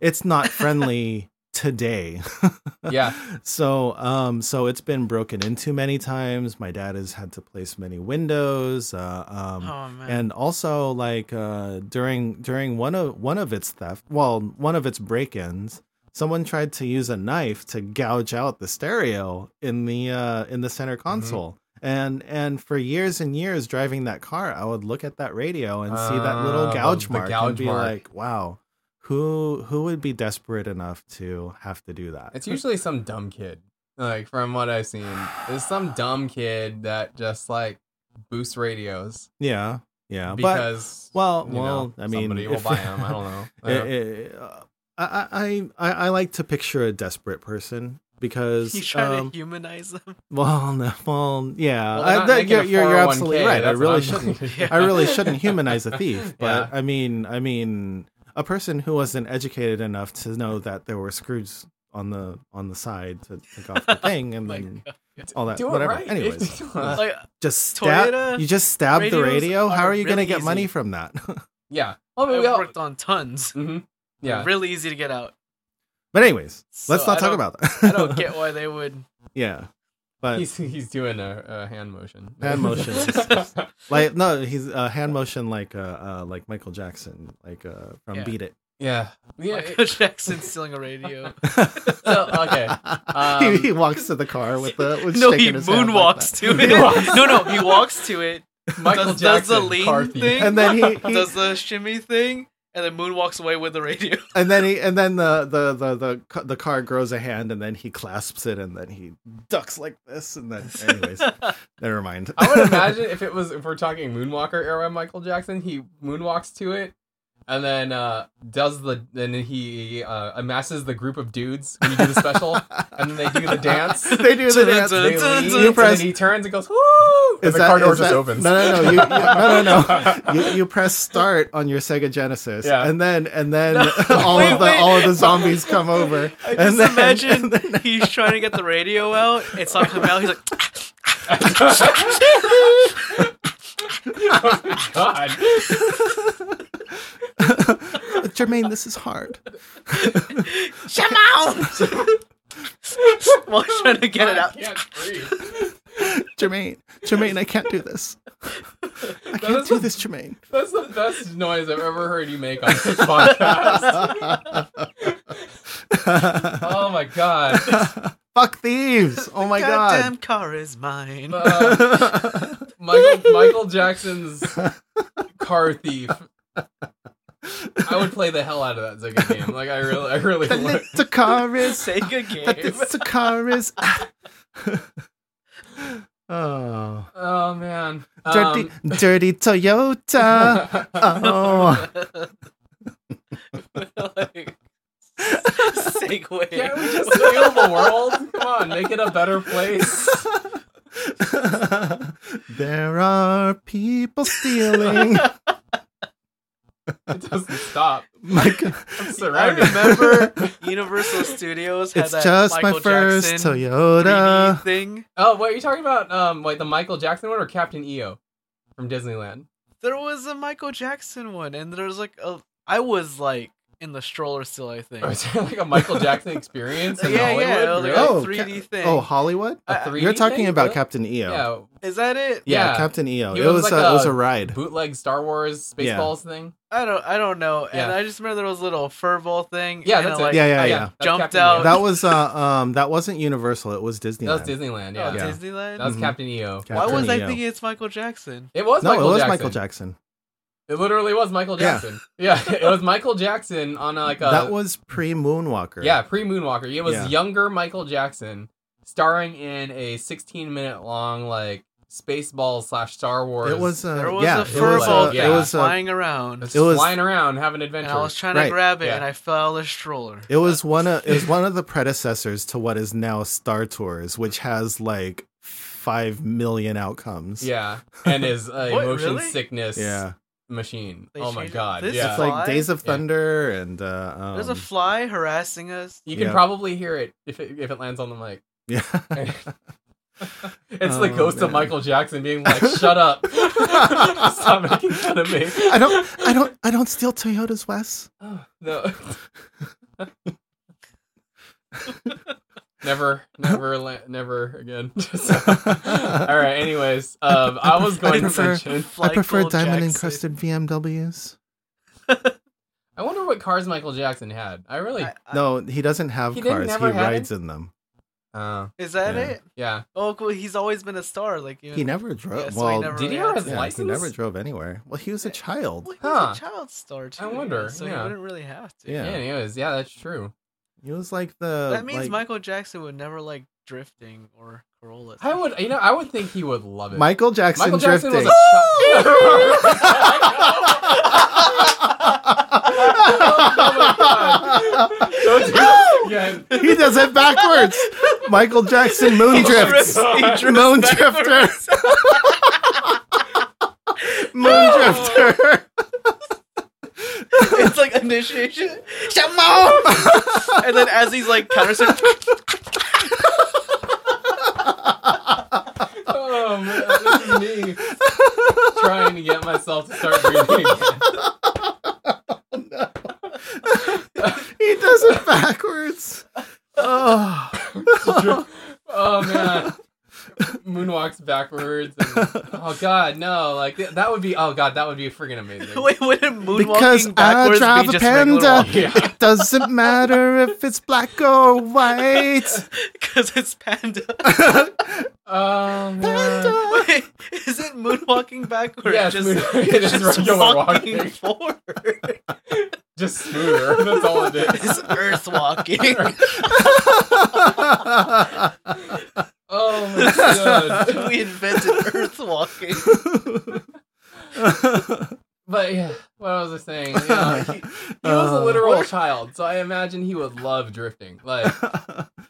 Speaker 4: it's not friendly today
Speaker 3: Yeah.
Speaker 4: so um so it's been broken into many times my dad has had to place many windows uh um
Speaker 2: Oh man.
Speaker 4: and also like uh during during one of one of its theft well one of its break-ins someone tried to use a knife to gouge out the stereo in the uh in the center
Speaker 3: Mm-hmm.
Speaker 4: console and and for years and years driving that car i would look at that radio and see that
Speaker 3: Oh,
Speaker 4: little gouge
Speaker 3: the
Speaker 4: mark
Speaker 3: gouge
Speaker 4: and be
Speaker 3: mark.
Speaker 4: like wow who who would be desperate enough to have to do that
Speaker 3: It's usually some dumb kid. Like from what I've seen, it's some dumb kid that just like boosts radios
Speaker 4: yeah yeah but
Speaker 3: because
Speaker 4: well
Speaker 3: you know,
Speaker 4: Oh, well i mean
Speaker 3: somebody will
Speaker 4: if-
Speaker 3: buy them. I don't know.
Speaker 4: It- it- uh, I, I, I I like to picture a desperate person because
Speaker 2: you try
Speaker 4: um,
Speaker 2: to humanize them.
Speaker 4: well no, well yeah
Speaker 3: Well, they're
Speaker 4: I-
Speaker 3: not
Speaker 4: that-
Speaker 3: making
Speaker 4: you're,
Speaker 3: a
Speaker 4: you're, you're
Speaker 2: oh
Speaker 4: absolutely
Speaker 3: 401k,
Speaker 4: right I
Speaker 3: that's what
Speaker 4: really
Speaker 3: I'm
Speaker 4: shouldn't
Speaker 3: thinking.
Speaker 4: I really shouldn't humanize a thief but
Speaker 3: Yeah.
Speaker 4: I mean I mean a person who wasn't educated enough to know that there were screws on the on the side to take off the thing and
Speaker 2: My
Speaker 4: then
Speaker 2: God.
Speaker 4: all that
Speaker 3: Do it
Speaker 4: whatever
Speaker 3: right.
Speaker 4: anyways
Speaker 2: Like
Speaker 4: just stab
Speaker 2: Toyota
Speaker 4: you just stab the
Speaker 2: radios
Speaker 4: radio how
Speaker 2: are
Speaker 4: are you gonna
Speaker 2: really
Speaker 4: get money
Speaker 2: easy.
Speaker 4: from that
Speaker 3: yeah. Well, I
Speaker 2: I
Speaker 3: mean, Oh, we all,
Speaker 2: worked on tons.
Speaker 3: Mhm.
Speaker 2: They're
Speaker 3: Yeah.
Speaker 2: really easy to get out.
Speaker 4: but anyways let's
Speaker 2: So
Speaker 4: not
Speaker 2: I
Speaker 4: talk
Speaker 2: don't-
Speaker 4: about that
Speaker 2: I don't get why they would.
Speaker 4: yeah but
Speaker 3: He's he's doing a, a hand motion.
Speaker 4: Hand motion. like no he's uh, hand motion like uh, uh like michael jackson like uh from
Speaker 2: Yeah.
Speaker 4: beat it
Speaker 3: yeah. Yeah.
Speaker 2: Michael
Speaker 3: it-
Speaker 2: Jackson stealing a radio.
Speaker 3: So, okay.
Speaker 4: he,
Speaker 3: Um,
Speaker 4: he walks to the car with the with
Speaker 2: no,
Speaker 4: shaking
Speaker 2: he
Speaker 4: his hand like
Speaker 2: moonwalks
Speaker 4: that.
Speaker 2: to it. no, no, he walks to it.
Speaker 3: Michael
Speaker 2: Does- does the
Speaker 3: Jackson
Speaker 2: lean
Speaker 3: car thief.
Speaker 2: thing-
Speaker 4: and then he, he
Speaker 2: Does the shimmy thing, and then Moon walks away with the radio.
Speaker 4: and then he and then the the the the, ca- the car grows a hand and then he clasps it and then he ducks like this and then anyways never mind
Speaker 3: I would imagine if it was if we're talking Moonwalker era Michael Jackson, he moonwalks to it and then uh does the then he uh, amasses the group of dudes when you do the special and then they do the dance.
Speaker 4: they do the dance
Speaker 3: They leave,
Speaker 4: You
Speaker 3: and
Speaker 4: press-
Speaker 3: then he turns and goes, Woo and
Speaker 4: Is
Speaker 3: the
Speaker 4: that-
Speaker 3: car door
Speaker 4: is
Speaker 3: just
Speaker 4: that-
Speaker 3: opens.
Speaker 4: No, no, no, you, you, no, no, no. You, you press start on your Sega Genesis,
Speaker 3: Yeah.
Speaker 4: and then and then
Speaker 3: No,
Speaker 4: all
Speaker 3: wait,
Speaker 4: of the
Speaker 3: wait.
Speaker 4: all of the zombies come over,
Speaker 3: I
Speaker 2: Just
Speaker 4: and then
Speaker 2: imagine
Speaker 4: and then-
Speaker 2: he's trying to get the radio out. It's not coming out. He's like,
Speaker 3: oh my god.
Speaker 4: Jermaine, this is hard.
Speaker 2: "Come out!" While he's trying to get it
Speaker 3: I
Speaker 4: Oh
Speaker 2: out.
Speaker 3: can't breathe.
Speaker 4: Jermaine, Jermaine, I can't do this. I
Speaker 3: is
Speaker 4: can't do
Speaker 3: what-
Speaker 4: this, Jermaine.
Speaker 3: That's the best noise I've ever heard you make on this podcast. oh my god.
Speaker 4: Fuck thieves! Oh my
Speaker 2: Goddamn
Speaker 4: god.
Speaker 2: car is mine.
Speaker 3: Uh, Michael Michael Jackson's car thief. I would play the hell out of that Sega game. Like I really, I really
Speaker 4: The
Speaker 3: would.
Speaker 4: little car is.
Speaker 2: Sega
Speaker 4: The
Speaker 2: game.
Speaker 4: little car is. oh,
Speaker 3: Oh man,
Speaker 4: dirty,
Speaker 3: um,
Speaker 4: dirty Toyota. Oh.
Speaker 2: like, segue.
Speaker 3: Can't we just heal the world? Come on, make it a better place.
Speaker 4: there are people stealing.
Speaker 3: It doesn't stop.
Speaker 4: My God.
Speaker 3: I'm
Speaker 2: I
Speaker 3: surrounded.
Speaker 2: remember Universal Studios had
Speaker 4: It's
Speaker 2: that
Speaker 4: just
Speaker 2: Michael
Speaker 4: my first
Speaker 2: Jackson 3D
Speaker 4: Toyota.
Speaker 2: thing.
Speaker 3: Oh, what are you talking about? Um, like the Michael Jackson one or Captain EO from Disneyland?
Speaker 2: There was a Michael Jackson one, and there was like a. I was like in the stroller still, I think.
Speaker 3: Or is there like a Michael Jackson experience in
Speaker 2: Yeah,
Speaker 3: Hollywood?
Speaker 2: yeah, it was like
Speaker 3: Really?
Speaker 2: a
Speaker 4: Oh,
Speaker 2: 3D
Speaker 4: Ca-
Speaker 2: thing.
Speaker 4: Oh, Hollywood?
Speaker 3: A
Speaker 2: I-
Speaker 3: 3D
Speaker 4: You're talking
Speaker 3: thing?
Speaker 4: about
Speaker 3: Really?
Speaker 4: Captain E EO.
Speaker 3: Yeah,
Speaker 2: Is that it?
Speaker 4: Yeah,
Speaker 3: yeah.
Speaker 4: Captain EO.
Speaker 3: It
Speaker 4: It,
Speaker 3: was
Speaker 4: was,
Speaker 3: like
Speaker 4: a, it was
Speaker 3: a
Speaker 4: a ride.
Speaker 3: bootleg Star Wars
Speaker 4: Yeah.
Speaker 3: Spaceballs thing.
Speaker 2: I don't. I don't know. And
Speaker 3: Yeah.
Speaker 2: I just remember there was a little furball thing.
Speaker 3: Yeah,
Speaker 2: and
Speaker 3: that's
Speaker 2: I,
Speaker 3: it.
Speaker 2: like,
Speaker 4: Yeah, yeah,
Speaker 3: Oh,
Speaker 4: yeah.
Speaker 3: that's
Speaker 2: Jumped
Speaker 3: Captain
Speaker 2: out.
Speaker 3: EO.
Speaker 4: That was uh, um that wasn't Universal. It was Disneyland.
Speaker 3: That was Disneyland. Yeah,
Speaker 2: Oh,
Speaker 4: Yeah.
Speaker 2: Disneyland.
Speaker 3: that was
Speaker 4: Mhm.
Speaker 3: Captain EO.
Speaker 4: Cap-
Speaker 2: Why
Speaker 4: Captain
Speaker 2: was I
Speaker 4: EO.
Speaker 2: thinking it's Michael Jackson?
Speaker 3: It was
Speaker 4: no,
Speaker 3: Michael
Speaker 4: it was
Speaker 3: Jackson.
Speaker 4: Michael Jackson.
Speaker 3: It literally was Michael
Speaker 4: Yeah.
Speaker 3: Jackson. Yeah, it was Michael Jackson on uh, like a
Speaker 4: that was pre Moonwalker.
Speaker 3: yeah pre Moonwalker. It was
Speaker 4: Yeah.
Speaker 3: younger Michael Jackson starring in a 16 minute long like Spaceballs slash Star Wars.
Speaker 4: It was. Uh,
Speaker 2: There was
Speaker 4: yeah,
Speaker 2: a
Speaker 4: it was,
Speaker 2: furball
Speaker 4: uh,
Speaker 2: thing
Speaker 3: yeah.
Speaker 4: It was. Uh,
Speaker 2: flying around,
Speaker 3: It's
Speaker 4: it was-
Speaker 3: flying around having adventures.
Speaker 2: and I was trying to
Speaker 4: Right.
Speaker 2: grab it,
Speaker 3: Yeah.
Speaker 2: and I fell a stroller.
Speaker 4: it was one of it was one of the predecessors to what is now Star Tours, which has like five million outcomes.
Speaker 3: Yeah, and his uh,
Speaker 2: What,
Speaker 3: motion
Speaker 2: really?
Speaker 3: sickness
Speaker 4: yeah.
Speaker 3: machine.
Speaker 2: They
Speaker 3: oh my
Speaker 2: changed it?
Speaker 3: god!
Speaker 2: This
Speaker 3: yeah,
Speaker 4: It's
Speaker 2: Fly?
Speaker 4: like Days of
Speaker 3: Yeah.
Speaker 4: Thunder and uh, um,
Speaker 2: There's a fly harassing us.
Speaker 3: you can
Speaker 4: yeah.
Speaker 3: probably hear it if it if it lands on the mic.
Speaker 4: yeah.
Speaker 3: It's the
Speaker 4: Oh,
Speaker 3: ghost of
Speaker 4: man.
Speaker 3: Michael Jackson being like, "Shut up! Stop making fun of me."
Speaker 4: I don't, I don't, I don't steal Toyotas, Wes.
Speaker 3: Oh, no. never, never, la- never again. So- all right. Anyways, um, I, was
Speaker 4: I
Speaker 3: going
Speaker 4: prefer-
Speaker 3: to mention.
Speaker 4: I prefer
Speaker 2: Michael
Speaker 4: diamond
Speaker 2: Jackson.
Speaker 4: encrusted VMWs.
Speaker 3: I wonder what cars Michael Jackson had. I really.
Speaker 2: I- I-
Speaker 4: No, he doesn't have
Speaker 3: He didn't
Speaker 4: cars. He
Speaker 3: never had
Speaker 4: rides in them.
Speaker 3: Uh,
Speaker 2: Is that
Speaker 4: Yeah.
Speaker 2: it?
Speaker 3: yeah.
Speaker 2: Oh, cool. He's always been a star. Like you
Speaker 4: He
Speaker 2: know,
Speaker 4: never drove.
Speaker 2: Yeah, so he
Speaker 4: well,
Speaker 2: never
Speaker 3: Did
Speaker 2: really
Speaker 3: he have
Speaker 2: had
Speaker 3: his
Speaker 2: to-
Speaker 4: yeah, he
Speaker 3: license?
Speaker 4: never drove anywhere. Well, he was a child.
Speaker 2: Well, he
Speaker 3: Huh.
Speaker 2: was a child star too.
Speaker 3: wonder,
Speaker 2: So
Speaker 3: yeah.
Speaker 2: he wouldn't really have to.
Speaker 4: Yeah.
Speaker 3: Yeah. Anyways, yeah, that's true.
Speaker 4: He was like the.
Speaker 2: That means
Speaker 4: like-
Speaker 2: Michael Jackson would never like drifting or Corolla.
Speaker 3: I would, you know, I would think he would love it.
Speaker 4: Michael Jackson
Speaker 3: Michael Jackson
Speaker 4: drifting.
Speaker 3: was a child. Don't do this again.
Speaker 4: he does it backwards. Michael Jackson moon drifts. moon drifter. moon drifter.
Speaker 2: it's like initiation. and then as he's like counter
Speaker 3: Oh man, this is me trying to get myself to start breathing. again.
Speaker 4: he does it backwards. Oh.
Speaker 3: Oh man, moonwalks backwards. and- oh god, no! Like th- that would be. Oh god, that would be freaking amazing.
Speaker 2: Wait, wouldn't moonwalking
Speaker 4: Because I
Speaker 2: backwards
Speaker 4: drive
Speaker 2: be
Speaker 4: a
Speaker 2: just regular
Speaker 4: panda.
Speaker 2: walking?
Speaker 3: Yeah.
Speaker 4: It doesn't matter if it's black or white.
Speaker 2: Because it's panda.
Speaker 3: Oh man.
Speaker 4: Panda.
Speaker 2: Wait, isn't moonwalking backwards
Speaker 3: Yes,
Speaker 2: just,
Speaker 3: moon- it is
Speaker 2: it's just
Speaker 3: regular
Speaker 2: walking,
Speaker 3: walking.
Speaker 2: forward?
Speaker 3: Just smoother. That's all it is.
Speaker 2: It's earth walking.
Speaker 3: Oh my god.
Speaker 2: we invented earth walking.
Speaker 3: But yeah, what I was saying, you know, he, he was a
Speaker 4: Uh,
Speaker 3: literal
Speaker 4: what-
Speaker 3: child, so I imagine he would love drifting. Like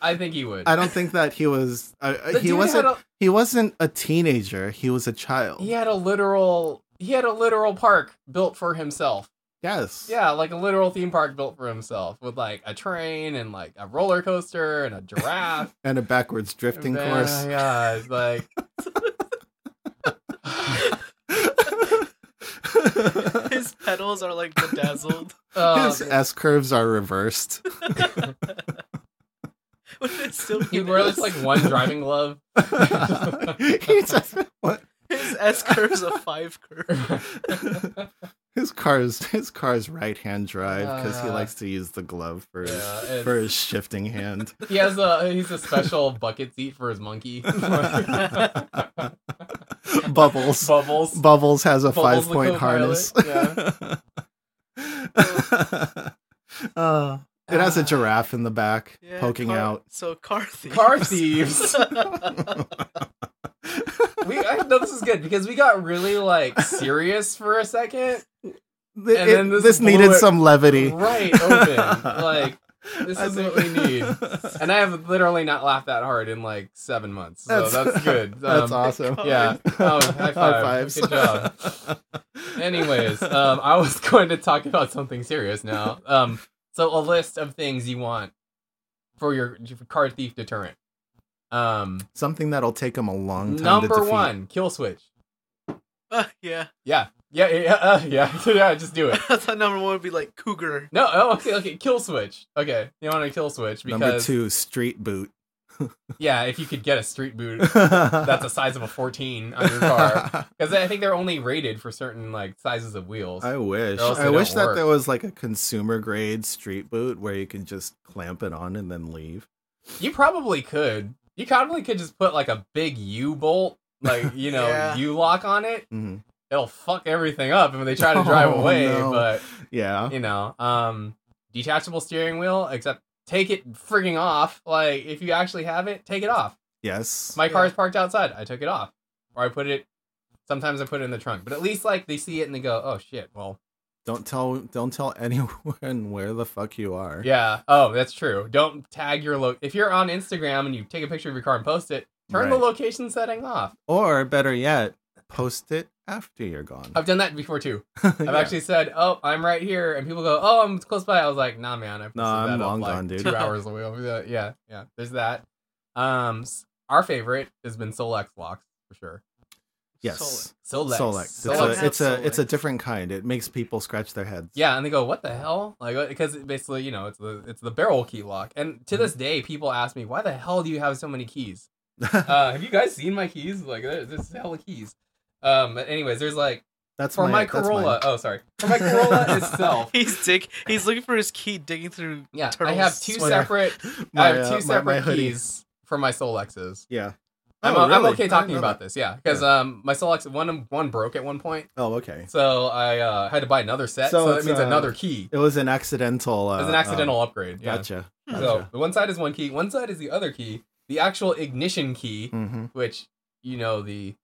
Speaker 3: I think he would.
Speaker 4: I don't think that he was. Uh,
Speaker 3: The
Speaker 4: he
Speaker 3: dude
Speaker 4: wasn't.
Speaker 3: had a-
Speaker 4: He wasn't a teenager. He was a child.
Speaker 3: he had a literal he had a literal park built for himself.
Speaker 4: Yes.
Speaker 3: Yeah, like a literal theme park built for himself with like a train and like a roller coaster and a giraffe.
Speaker 4: And a backwards drifting
Speaker 3: Man,
Speaker 4: course.
Speaker 3: Yeah, it's Oh like
Speaker 2: His petals are like bedazzled.
Speaker 3: oh,
Speaker 4: His S curves are reversed.
Speaker 2: Would it still be
Speaker 3: he wears like one driving glove.
Speaker 4: he just, what?
Speaker 2: his S curve's a five curve.
Speaker 4: His car's his car's right hand drive because he
Speaker 3: Uh,
Speaker 4: likes to use the glove for his,
Speaker 3: yeah, it's-
Speaker 4: for his shifting hand.
Speaker 3: He has a he's a special bucket seat for his monkey.
Speaker 4: Bubbles
Speaker 3: Bubbles.
Speaker 4: Bubbles has a
Speaker 3: Bubbles
Speaker 4: five
Speaker 3: the
Speaker 4: point harness.
Speaker 3: co-pilot,
Speaker 4: Uh, it has a giraffe in the back
Speaker 2: Yeah,
Speaker 4: poking
Speaker 2: car-
Speaker 4: out.
Speaker 2: So car thieves.
Speaker 3: Car thieves. we I know this is good because we got really like serious for a second.
Speaker 4: Th-
Speaker 3: And
Speaker 4: it-
Speaker 3: then this
Speaker 4: this needed
Speaker 3: blew it
Speaker 4: some levity.
Speaker 3: Right open. Like this
Speaker 4: I
Speaker 3: is
Speaker 4: think-
Speaker 3: what we need. And I have literally not laughed that hard in like seven months. So that's,
Speaker 4: That's-
Speaker 3: good.
Speaker 4: That's
Speaker 3: Um,
Speaker 4: awesome.
Speaker 3: Yeah. Oh, high five.
Speaker 4: High fives.
Speaker 3: Good job. Anyways, um, I was going to talk about something serious now. Um, so a list of things you want for your car thief deterrent. Um,
Speaker 4: Something that'll take them a long time to
Speaker 3: number
Speaker 4: defeat.
Speaker 3: one, kill switch.
Speaker 2: Uh, yeah.
Speaker 3: Yeah, yeah, yeah, uh, yeah, yeah. Just do
Speaker 2: I
Speaker 3: it.
Speaker 2: thought number one would be like cougar.
Speaker 3: No, oh, okay, okay. Kill switch. Okay, you want a kill switch
Speaker 4: Number
Speaker 3: because
Speaker 4: two, street boot.
Speaker 3: yeah, if you could get a street boot that's
Speaker 4: That's
Speaker 3: the size of a fourteen on your car because I think they're only rated for certain like sizes of wheels.
Speaker 4: I wish.
Speaker 3: Or else they
Speaker 4: I wish
Speaker 3: don't
Speaker 4: that
Speaker 3: work.
Speaker 4: there was like a consumer grade street boot where you can just clamp it on and then leave.
Speaker 3: You probably could. You probably could just put like a big U bolt, like you know,
Speaker 2: Yeah.
Speaker 3: U lock on it.
Speaker 4: Mhm.
Speaker 3: It'll fuck everything up when they try to drive
Speaker 4: Oh,
Speaker 3: away.
Speaker 4: no.
Speaker 3: But
Speaker 4: Yeah.
Speaker 3: you know, um, detachable steering wheel. Except take it frigging off. Like if you actually have it, take it off.
Speaker 4: Yes.
Speaker 3: My car
Speaker 2: Yeah.
Speaker 3: is parked outside. I took it off, or I put it. Sometimes I put it in the trunk, but at least like they see it and they go, "Oh shit!" Well,
Speaker 4: don't tell. Don't tell anyone where the fuck you are.
Speaker 3: Yeah. Oh, that's true. Don't tag your lo. If you're on Instagram and you take a picture of your car and post it, turn the
Speaker 4: Right.
Speaker 3: location setting off.
Speaker 4: Or better yet, post it after you're gone.
Speaker 3: I've done that before too. I've
Speaker 4: Yeah.
Speaker 3: actually said, "Oh, I'm right here," and people go, "Oh, I'm close by." I was like, "Nah, man, I've
Speaker 4: No,
Speaker 3: posted
Speaker 4: I'm
Speaker 3: that up,
Speaker 4: long
Speaker 3: like,
Speaker 4: gone, dude.
Speaker 3: Two hours away over there. Yeah, yeah. There's that. Um, s- our favorite has been Solex locks for sure.
Speaker 4: yes.
Speaker 3: Solex.
Speaker 4: Solex.
Speaker 2: Solex.
Speaker 4: It's a it's
Speaker 2: Solex.
Speaker 4: a it's a different kind. It makes people scratch their heads.
Speaker 3: Yeah, and they go, "What the hell?" Like, because basically, you know, it's the it's the barrel key lock. And
Speaker 4: Mm-hmm.
Speaker 3: to this day, people ask me, "Why the hell do you have so many keys?" uh, have you guys seen my keys? Like, there- there's hella keys. Um, but anyways, there's like
Speaker 4: that's
Speaker 3: for my,
Speaker 4: that's mine.
Speaker 3: Corolla. Oh, sorry, for my Corolla itself.
Speaker 2: He's dig. He's looking for his key, digging through.
Speaker 3: Yeah, I
Speaker 2: Turtles
Speaker 3: have two
Speaker 2: sweater.
Speaker 3: separate.
Speaker 4: My,
Speaker 3: I have
Speaker 4: uh,
Speaker 3: two
Speaker 4: my-
Speaker 3: separate
Speaker 4: my hoodie.
Speaker 3: keys for my Solexes.
Speaker 4: Yeah.
Speaker 3: I'm,
Speaker 4: Oh,
Speaker 3: I'm
Speaker 4: really?
Speaker 3: okay
Speaker 4: I
Speaker 3: talking
Speaker 4: didn't know
Speaker 3: about
Speaker 4: that.
Speaker 3: this. Yeah, because um, my Solex one one broke at one point,
Speaker 4: Oh, okay.
Speaker 3: so I uh, had to buy another set.
Speaker 4: So
Speaker 3: So, that
Speaker 4: it's,
Speaker 3: means
Speaker 4: uh,
Speaker 3: another key.
Speaker 4: It was an accidental. Uh,
Speaker 3: It's an accidental upgrade.
Speaker 4: um,
Speaker 3: Yeah.
Speaker 4: Gotcha.
Speaker 3: So
Speaker 4: gotcha.
Speaker 3: the one side is one key. One side is the other key. The actual ignition key.
Speaker 4: hmm
Speaker 3: which you know the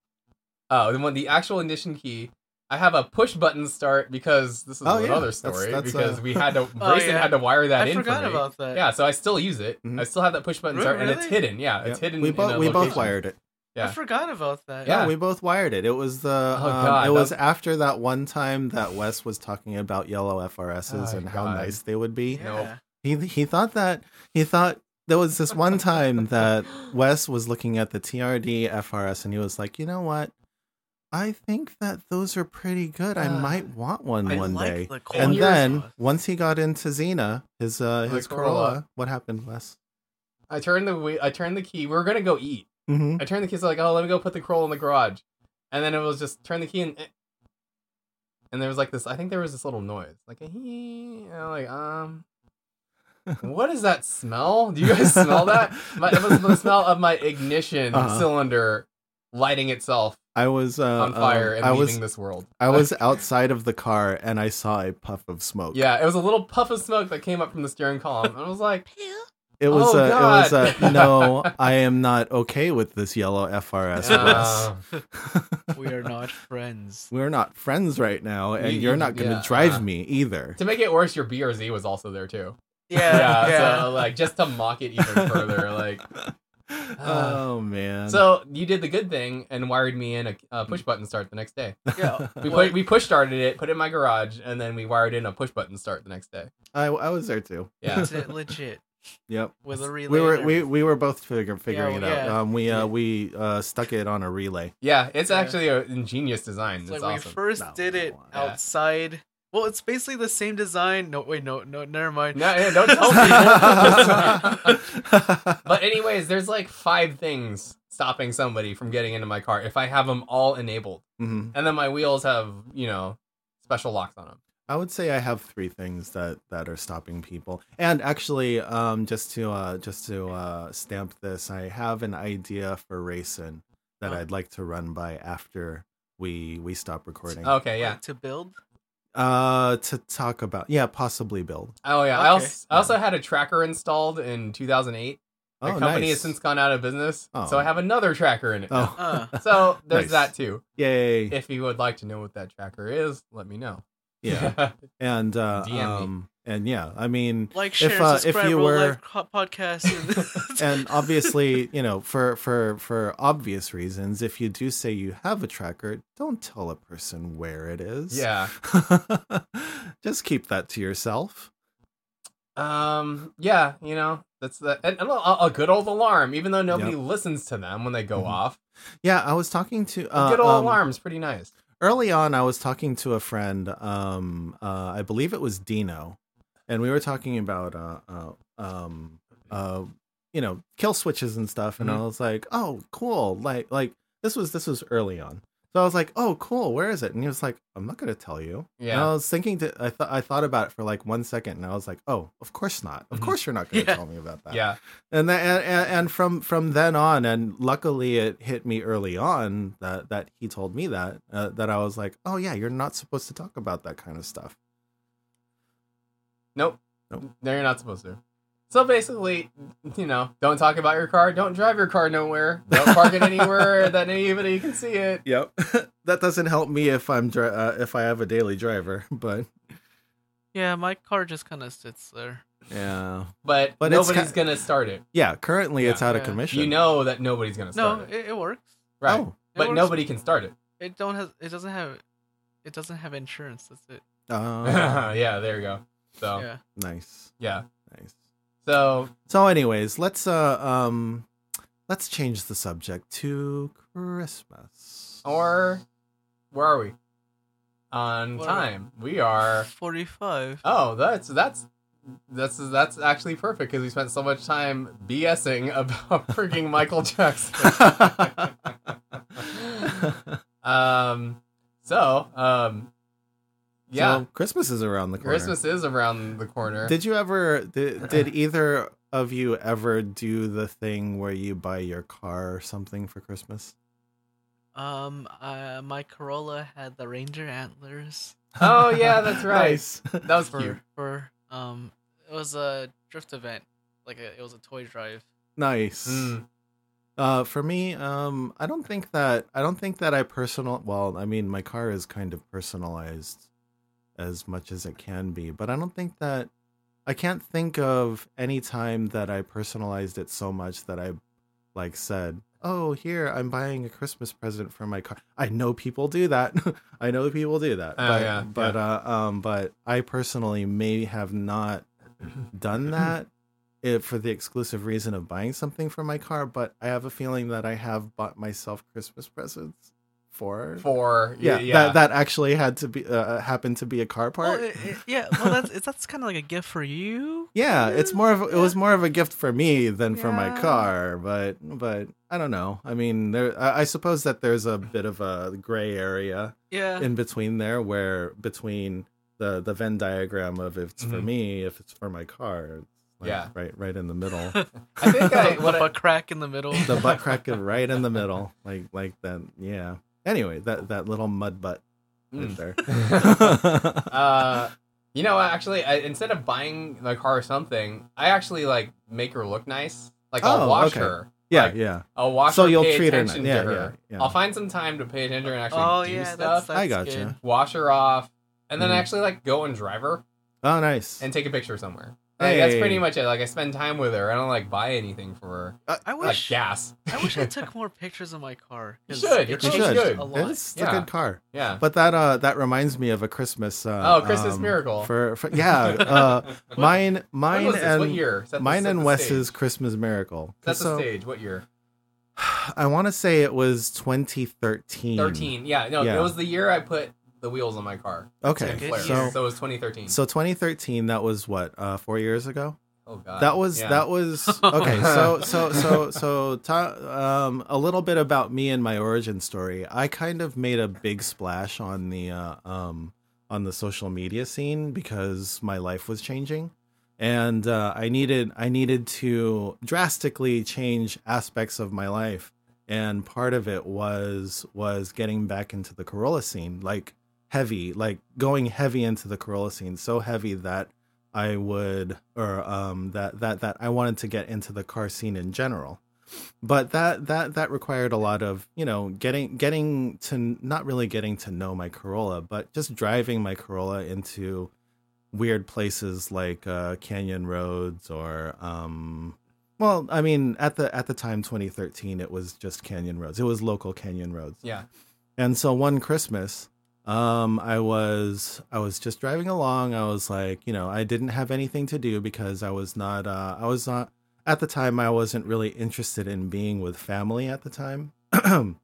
Speaker 3: oh the one the actual ignition key. I have a push button start because this is
Speaker 4: Oh, yeah.
Speaker 3: another
Speaker 4: That's-
Speaker 3: story
Speaker 4: that's, uh,
Speaker 3: because we had to Grayson
Speaker 2: Oh, yeah.
Speaker 3: had to wire that
Speaker 2: I
Speaker 3: in. for
Speaker 2: forgot
Speaker 3: me.
Speaker 2: about that.
Speaker 3: Yeah, so I still use it.
Speaker 4: Mhm.
Speaker 3: I still have that push button start, and it's
Speaker 2: Really?
Speaker 3: hidden. Yeah, it's hidden.
Speaker 4: We
Speaker 3: in
Speaker 4: both
Speaker 3: a
Speaker 4: we both
Speaker 3: location.
Speaker 4: wired it.
Speaker 3: Yeah.
Speaker 2: I forgot about that.
Speaker 3: Yeah. Oh,
Speaker 4: Yeah, Oh, we both wired it. It was the um,
Speaker 3: God,
Speaker 4: it was
Speaker 3: that-
Speaker 4: after that one time that Wes was talking about yellow FRSs
Speaker 3: Oh,
Speaker 4: and how
Speaker 3: God.
Speaker 4: nice they would be.
Speaker 2: Yeah.
Speaker 3: Nope.
Speaker 4: He he thought that he thought there was this one time that Wes was looking at the TRD FRS and he was like, you know what? I think that those are pretty good. I
Speaker 3: Ah.
Speaker 4: might want one
Speaker 2: I
Speaker 4: one
Speaker 2: like
Speaker 4: day.
Speaker 2: the
Speaker 3: And
Speaker 4: and
Speaker 2: Corolla.
Speaker 4: then once he got into Xena, his uh,
Speaker 3: The
Speaker 4: his Corolla,
Speaker 3: Corolla.
Speaker 4: what happened, Wes?
Speaker 3: I turned the we- I turned the key. We were gonna go eat.
Speaker 4: Mm-hmm.
Speaker 3: I turned the key. So like, oh, let me go put the Corolla in the garage, and then it was just turn the key and. eh. And there was like this. I think there was this little noise, like a hee. and I'm like, um, what is that smell? Do you guys smell that? My, it was the smell of my ignition
Speaker 4: Uh-huh.
Speaker 3: cylinder lighting itself
Speaker 4: I was uh,
Speaker 3: on fire
Speaker 4: um,
Speaker 3: and
Speaker 4: I
Speaker 3: leaving
Speaker 4: was
Speaker 3: this world.
Speaker 4: I was outside of the car and I saw a puff of smoke.
Speaker 3: yeah, it was a little puff of smoke that came up from the steering column, and I was like,
Speaker 4: It was
Speaker 3: Oh,
Speaker 4: a, it was
Speaker 3: God.
Speaker 4: a, no, I am not okay with this yellow FRS.
Speaker 3: uh,
Speaker 4: Wes.
Speaker 2: we are not friends.
Speaker 4: We're not friends right now, and
Speaker 3: You-
Speaker 4: you're not going to
Speaker 3: yeah,
Speaker 4: drive
Speaker 3: uh,
Speaker 4: me either.
Speaker 3: to make it worse, your BRZ was also there too.
Speaker 2: Yeah,
Speaker 3: Yeah,
Speaker 2: yeah.
Speaker 3: so like just to mock it even further, like. uh,
Speaker 4: oh man.
Speaker 3: So you did the good thing and wired me in a, a push button start the next day.
Speaker 2: yeah.
Speaker 3: We
Speaker 2: What?
Speaker 3: put, we push started it, put it in my garage, and then we wired in a push button start the next day.
Speaker 4: I, I was there too.
Speaker 3: Yeah.
Speaker 2: Legit- legit.
Speaker 4: Yep.
Speaker 2: With a relay.
Speaker 4: We were
Speaker 2: and
Speaker 4: we, we were both figure, figuring it out.
Speaker 2: yeah.
Speaker 4: Um, we uh,
Speaker 3: Yeah.
Speaker 4: we uh, stuck it on a relay.
Speaker 3: Yeah, it's
Speaker 2: Yeah.
Speaker 3: actually an ingenious design.
Speaker 2: It's like
Speaker 3: It's,
Speaker 2: when
Speaker 3: awesome.
Speaker 2: we first
Speaker 4: No,
Speaker 2: did it
Speaker 4: come on.
Speaker 3: Yeah.
Speaker 2: outside. Well, it's basically the same design. No, wait, no, no, never mind.
Speaker 3: No, yeah, don't tell people. but anyways, there's like five things stopping somebody from getting into my car if I have them all enabled,
Speaker 4: Mhm.
Speaker 3: and then my wheels have you know special locks on them.
Speaker 4: I would say I have three things that that are stopping people. And actually, um, just to uh, just to uh, stamp this, I have an idea for racing that
Speaker 2: Oh.
Speaker 4: I'd like to run by after we we stop recording.
Speaker 3: Okay, yeah.
Speaker 2: Like, To build.
Speaker 4: Uh, to talk about yeah, possibly build.
Speaker 3: Oh yeah. I
Speaker 2: Okay.
Speaker 3: also I also had a tracker installed in 2008. The
Speaker 4: Oh,
Speaker 3: company
Speaker 4: nice.
Speaker 3: has since gone out of business,
Speaker 4: Oh.
Speaker 3: so I have another tracker in it. now.
Speaker 4: Oh,
Speaker 2: Uh,
Speaker 3: So there's
Speaker 4: Nice.
Speaker 3: that too.
Speaker 4: yay!
Speaker 3: If you would like to know what that tracker is, let me know.
Speaker 4: yeah and uh
Speaker 3: DM me.
Speaker 4: um and yeah i mean
Speaker 2: Like, share,
Speaker 4: uh, if
Speaker 2: subscribe,
Speaker 4: you
Speaker 2: Real
Speaker 4: were-
Speaker 2: Life Co- podcast.
Speaker 4: and obviously you know for for for obvious reasons if you do say you have a tracker don't tell a person where it is
Speaker 3: yeah.
Speaker 4: just keep that to yourself
Speaker 3: Um. Yeah. You know. That's the and, and a, a good old alarm, even though nobody listens to them when they go
Speaker 4: Mhm.
Speaker 3: off.
Speaker 4: yeah i was talking to
Speaker 3: A
Speaker 4: uh,
Speaker 3: good old
Speaker 4: um,
Speaker 3: alarm's pretty nice.
Speaker 4: early on i was talking to a friend um uh i believe it was dino and we were talking about uh, uh um uh you know kill switches and stuff
Speaker 3: Mm-hmm.
Speaker 4: and i was like oh cool like like this was this was early on so i was like oh cool where is it and he was like i'm not gonna tell you and
Speaker 3: Yeah.
Speaker 4: i was thinking to i thought i thought about it for like one second and i was like oh of course not of
Speaker 3: Mhm.
Speaker 4: course you're not gonna
Speaker 2: Yeah.
Speaker 4: tell me about that
Speaker 3: Yeah.
Speaker 4: and, that, and and- and from from then on and luckily it hit me early on that that he told me that uh, that i was like oh yeah you're not supposed to talk about that kind of stuff
Speaker 3: Nope.
Speaker 4: Nope.
Speaker 3: No, you're not supposed to. So basically, you know, don't talk about your car. Don't drive your car nowhere. Don't park it anywhere that anybody can see it.
Speaker 4: yep that doesn't help me if i'm dri- uh, if i have a daily driver but
Speaker 2: yeah, my car just kind of sits there.
Speaker 4: yeah
Speaker 3: But,
Speaker 4: But it's
Speaker 3: nobody's
Speaker 4: ki-
Speaker 3: gonna start it.
Speaker 4: yeah currently it's
Speaker 3: Yeah.
Speaker 4: out of
Speaker 2: Yeah.
Speaker 4: commission
Speaker 3: You know that nobody's gonna start
Speaker 2: No,
Speaker 3: it.
Speaker 2: it, it works.
Speaker 3: Right.
Speaker 4: oh,
Speaker 3: but
Speaker 2: works.
Speaker 3: nobody can start it.
Speaker 2: It don't have. It doesn't have. It doesn't have insurance. That's it.
Speaker 4: uh,
Speaker 3: yeah. There you go.
Speaker 4: Oh.
Speaker 3: So yeah.
Speaker 2: Yeah.
Speaker 4: nice nice
Speaker 3: So
Speaker 4: so anyways let's uh um let's change the subject to christmas
Speaker 3: or where are we? On
Speaker 2: Where are we?
Speaker 3: time. We are.
Speaker 2: Forty-five.
Speaker 3: Oh, that's that's that's that's actually perfect because we spent so much time BSing about freaking Michael Jackson. um, so um, yeah,
Speaker 4: So Christmas is around the corner.
Speaker 3: Christmas is around the corner.
Speaker 4: Did you ever? Did, did either of you ever do the thing where you buy your car or something for Christmas?
Speaker 2: Um, uh, my Corolla had the Ranger antlers
Speaker 3: Oh, yeah, that's right.
Speaker 4: Nice.
Speaker 3: that was
Speaker 2: for
Speaker 3: cute.
Speaker 2: for um. It was a drift event, like a, it was a toy drive.
Speaker 4: nice.
Speaker 3: Mm,
Speaker 4: Uh, for me, um, I don't think that I don't think that I personal. Well, I mean, my car is kind of personalized as much as it can be, but I don't think that I can't think of any time that I personalized it so much that I like said, "Oh, here I'm buying a Christmas present for my car." I know people do that. I know people do that.
Speaker 3: Oh,
Speaker 4: but
Speaker 3: yeah,
Speaker 4: but Uh, um, but I personally may have not done that it, eh, for the exclusive reason of buying something for my car, but I have a feeling that I have bought myself Christmas presents for.
Speaker 3: for yeah,
Speaker 4: yeah,
Speaker 3: yeah.
Speaker 4: That, that actually had to be uh, happened to be a car part.
Speaker 2: Well, it, it- yeah. Well, that's it's, that's kind of like a gift for you.
Speaker 4: yeah, it's more of it was more of a gift for me than for my
Speaker 2: Yeah.
Speaker 4: car, but but I don't know. I mean, there I, I suppose that there's a bit of a gray area
Speaker 2: Yeah.
Speaker 4: in between there where between the the Venn diagram of if it's for
Speaker 3: Mhm.
Speaker 4: me, if it's for my car, it's like
Speaker 3: Yeah.
Speaker 4: right right in the middle.
Speaker 3: I think I,
Speaker 2: The
Speaker 3: what I-
Speaker 2: butt crack in the middle.
Speaker 4: the butt crack is right in the middle, like like that. Yeah. Anyway, that that little mud butt right
Speaker 3: Mm.
Speaker 4: there.
Speaker 3: Uh, you know, actually, I, instead of buying the car or something, I actually like make her look nice. Like I'll
Speaker 4: Oh,
Speaker 3: wash
Speaker 4: okay.
Speaker 3: her.
Speaker 4: yeah,
Speaker 3: like,
Speaker 4: yeah.
Speaker 3: I'll wash
Speaker 4: So
Speaker 3: her.
Speaker 4: you'll
Speaker 3: pay
Speaker 4: treat her
Speaker 3: attention
Speaker 4: ni- yeah,
Speaker 3: to her.
Speaker 4: yeah, yeah.
Speaker 3: I'll find some time to pay attention to her and actually
Speaker 2: oh
Speaker 3: do
Speaker 2: yeah,
Speaker 3: stuff.
Speaker 2: that's, that's
Speaker 4: I gotcha.
Speaker 2: good.
Speaker 3: wash her off, and then
Speaker 4: Mhm.
Speaker 3: actually like go and drive her
Speaker 4: Oh, nice.
Speaker 3: and take a picture somewhere. Like, That's
Speaker 4: Hey.
Speaker 3: pretty much it. Like I spend time with her. I don't like buy anything for her.
Speaker 2: I
Speaker 3: Like
Speaker 2: wish
Speaker 3: gas.
Speaker 2: I wish I took more pictures of my car.
Speaker 3: You
Speaker 2: 'cause
Speaker 3: should.
Speaker 2: it
Speaker 3: Your
Speaker 4: you
Speaker 3: car's
Speaker 2: changed
Speaker 4: should.
Speaker 3: good.
Speaker 2: A lot.
Speaker 4: It's
Speaker 3: Yeah.
Speaker 4: a good car.
Speaker 3: Yeah.
Speaker 4: But that uh that reminds me of a Christmas uh
Speaker 3: Oh, Christmas miracle.
Speaker 4: For, for yeah, uh mine
Speaker 3: When
Speaker 4: mine
Speaker 3: was this? what
Speaker 4: and
Speaker 3: year? Set the-
Speaker 4: mine
Speaker 3: set
Speaker 4: and
Speaker 3: the
Speaker 4: Wes's
Speaker 3: stage.
Speaker 4: Christmas miracle.
Speaker 3: That's the
Speaker 4: So,
Speaker 3: stage. What year?
Speaker 4: I want to say it was 2013.
Speaker 3: 13. Yeah, no,
Speaker 4: Yeah.
Speaker 3: it was the year I put the wheels on my car.
Speaker 4: Okay.
Speaker 2: Good
Speaker 3: Flare.
Speaker 4: So
Speaker 2: year.
Speaker 3: so it was 2013.
Speaker 4: so 2013 that was what uh 4 years ago?
Speaker 3: oh god.
Speaker 4: that was
Speaker 3: Yeah.
Speaker 4: that was okay so so so so ta- um a little bit about me and my origin story i kind of made a big splash on the uh, um on the social media scene because my life was changing and uh, i needed i needed to drastically change aspects of my life and part of it was was getting back into the corolla scene like heavy like going heavy into the corolla scene so heavy that I would or um that that that I wanted to get into the car scene in general. but that that that required a lot of you know getting getting to not really getting to know my Corolla, but just driving my Corolla into weird places like uh, canyon roads or um, well, I mean at the at the time 2013 it was just canyon roads. It was local canyon roads.
Speaker 3: Yeah.
Speaker 4: And so one Christmas, um, I was I was just driving along. I was like, you know, I didn't have anything to do because I was not uh, I was not at the time I wasn't really interested in being with family at the time.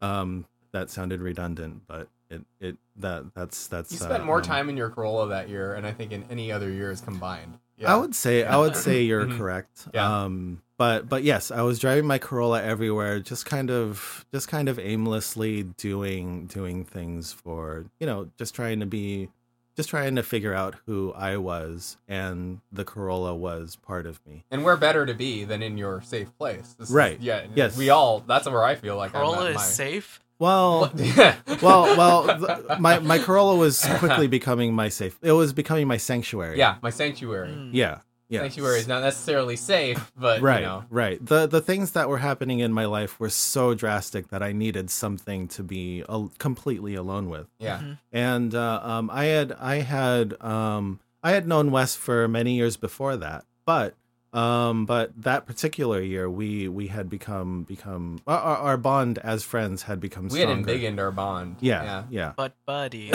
Speaker 4: um, that sounded redundant, but it it that that's that's
Speaker 3: You
Speaker 4: uh,
Speaker 3: spent more
Speaker 4: um,
Speaker 3: time in your Corolla that year, and I think in any other years combined.
Speaker 4: I would say I would say you're
Speaker 3: Mhm.
Speaker 4: correct.
Speaker 3: Yeah.
Speaker 4: Um but but yes, I was driving my Corolla everywhere, just kind of just kind of aimlessly doing doing things for, you know, just trying to be just trying to figure out who I was and the Corolla was part of me.
Speaker 3: And where better to be than in your safe place? This is-
Speaker 4: Right.
Speaker 3: yeah.
Speaker 4: Yes.
Speaker 3: We all. That's where I feel like I'm
Speaker 2: Corolla
Speaker 3: at
Speaker 2: is
Speaker 3: my-
Speaker 2: safe.
Speaker 4: Well, well, well, th- my my Corolla was quickly becoming my safe. It was becoming my sanctuary.
Speaker 3: Yeah, my sanctuary.
Speaker 2: Mm.
Speaker 4: Yeah. Yeah.
Speaker 3: Sanctuary is not necessarily safe, but
Speaker 4: right
Speaker 3: you know,
Speaker 4: right the the things that were happening in my life were so drastic that i needed something to be al- completely alone with
Speaker 3: yeah.
Speaker 2: Mm-hmm.
Speaker 4: and uh, um, i had i had um, i had known wes for many years before that but um, but that particular year we we had become become our, our our bond as friends had become
Speaker 3: We had
Speaker 4: stronger
Speaker 3: embiggened our bond.
Speaker 4: yeah yeah
Speaker 2: But buddy,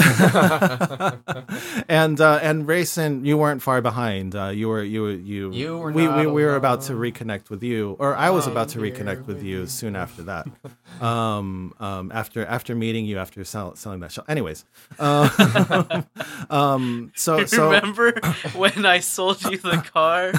Speaker 4: and uh, and Rayson, you weren't far behind. Uh, you were you were- you
Speaker 3: You were
Speaker 4: we
Speaker 3: not
Speaker 4: we, we were about to
Speaker 3: alone. Oh,
Speaker 4: reconnect with you, or I was
Speaker 3: I'm
Speaker 4: about to
Speaker 3: here
Speaker 4: reconnect with
Speaker 3: with
Speaker 4: you
Speaker 3: you.
Speaker 4: soon after that. Um, um, after after meeting you after sell, selling that shell. Anyways, um, um, so so
Speaker 2: remember when I sold you the car?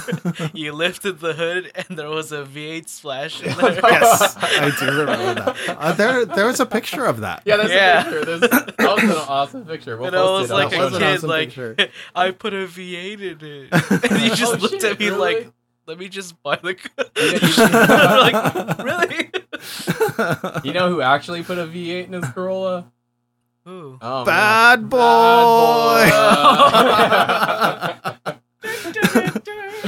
Speaker 2: you lifted the hood, and there was a V8 splash in there.
Speaker 4: yes, I do remember that. Uh, there there was a picture of that.
Speaker 3: Yeah, there's
Speaker 2: Yeah.
Speaker 3: a picture. There's that was an awesome picture. We'll
Speaker 2: And I was
Speaker 3: post it
Speaker 2: like
Speaker 3: on the
Speaker 2: a
Speaker 3: show
Speaker 4: was an
Speaker 2: kid,
Speaker 3: notes.
Speaker 4: awesome
Speaker 2: like
Speaker 4: picture.
Speaker 2: I put a V8 in it, and you just
Speaker 3: Oh,
Speaker 2: looked
Speaker 3: shit,
Speaker 2: at me like,
Speaker 3: really?
Speaker 2: "Let me just buy the." car."
Speaker 3: Yeah,
Speaker 2: I'm like, really?
Speaker 3: You know who actually put a V8 in his Corolla?
Speaker 2: Ooh.
Speaker 3: Oh, man.
Speaker 4: Bad boy.
Speaker 3: Bad boy.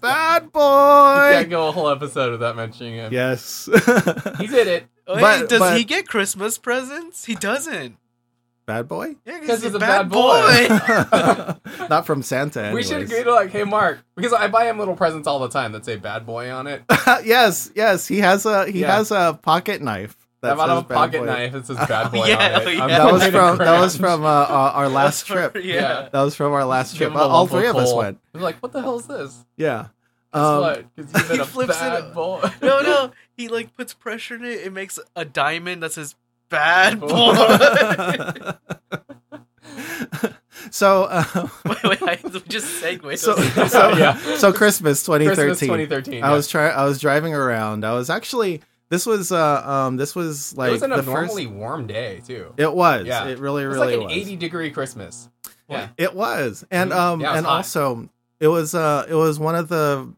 Speaker 4: Bad boy.
Speaker 3: Can't go a whole episode without mentioning him.
Speaker 4: Yes.
Speaker 3: He did it
Speaker 2: Wait,
Speaker 4: But-
Speaker 2: does
Speaker 4: but-
Speaker 2: he get Christmas presents? He doesn't.
Speaker 4: Bad boy?
Speaker 2: Yeah,
Speaker 3: 'Cause he's a bad boy.
Speaker 4: Not from Santa.
Speaker 3: We should
Speaker 4: anyways.
Speaker 3: agree to like, hey Mark, because I buy him little presents all the time that say "bad boy" on it.
Speaker 4: yes, yes. He has a he
Speaker 3: Yeah.
Speaker 4: has a pocket knife.
Speaker 3: I bought him
Speaker 4: says
Speaker 3: a
Speaker 4: bad
Speaker 3: pocket
Speaker 4: boy.
Speaker 3: knife that says "bad boy"
Speaker 2: Yeah,
Speaker 3: on it.
Speaker 2: yeah.
Speaker 3: I'm
Speaker 4: That was
Speaker 3: gonna
Speaker 4: from that was
Speaker 3: cringe.
Speaker 4: from uh, uh, our last trip.
Speaker 2: yeah.
Speaker 3: Yeah.
Speaker 4: That was from our last
Speaker 3: Give
Speaker 4: trip.
Speaker 3: him a
Speaker 4: Uh, All
Speaker 3: lump
Speaker 4: three of us
Speaker 3: coal.
Speaker 4: went.
Speaker 3: I'm like, what the hell is this? Guess
Speaker 4: Yeah. Um,
Speaker 3: what? Because you've been
Speaker 2: he
Speaker 3: a
Speaker 2: flips it
Speaker 3: bad
Speaker 2: up.
Speaker 3: boy.
Speaker 2: No, no. He like puts pressure in it. It makes a diamond that says "bad
Speaker 4: Oh.
Speaker 2: boy."
Speaker 4: so uh,
Speaker 2: wait, wait. I just segued.
Speaker 4: so
Speaker 2: us.
Speaker 4: so,
Speaker 3: Yeah.
Speaker 4: so Christmas 2013.
Speaker 3: Christmas 2013.
Speaker 4: I
Speaker 3: yeah.
Speaker 4: was trying. I was driving around. I was actually. This was. Uh, um. This was like
Speaker 3: it was an
Speaker 4: the
Speaker 3: abnormally
Speaker 4: first.
Speaker 3: warm day too.
Speaker 4: It was.
Speaker 3: Yeah.
Speaker 4: It really,
Speaker 3: It was
Speaker 4: really
Speaker 3: like an
Speaker 4: was.
Speaker 3: 80 degree Christmas. Yeah.
Speaker 4: It was, and
Speaker 3: Mhm.
Speaker 4: um,
Speaker 3: Yeah, it was
Speaker 4: and
Speaker 3: hot.
Speaker 4: also it was. Uh, it was one of the.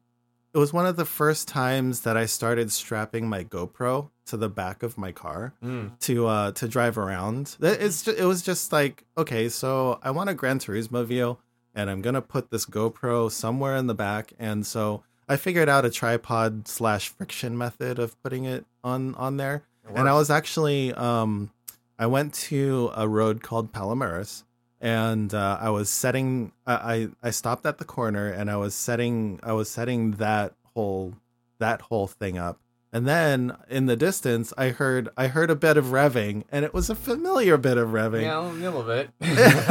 Speaker 4: It was one of the first times that I started strapping my GoPro to the back of my car
Speaker 3: Mm.
Speaker 4: to uh to drive around.
Speaker 3: Mm-hmm.
Speaker 4: It- It's ju- it was just like okay, so I want a Gran Turismo view, and I'm gonna put this GoPro somewhere in the back, and so I figured out a tripod slash friction method of putting it on on there, and I was actually um I went to a road called Palomares. And uh, I was setting. I, I I stopped at the corner, and I was setting. I was setting that whole that whole thing up, and then in the distance, I heard I heard a bit of revving, and it was a familiar bit of revving.
Speaker 3: Yeah, a little bit.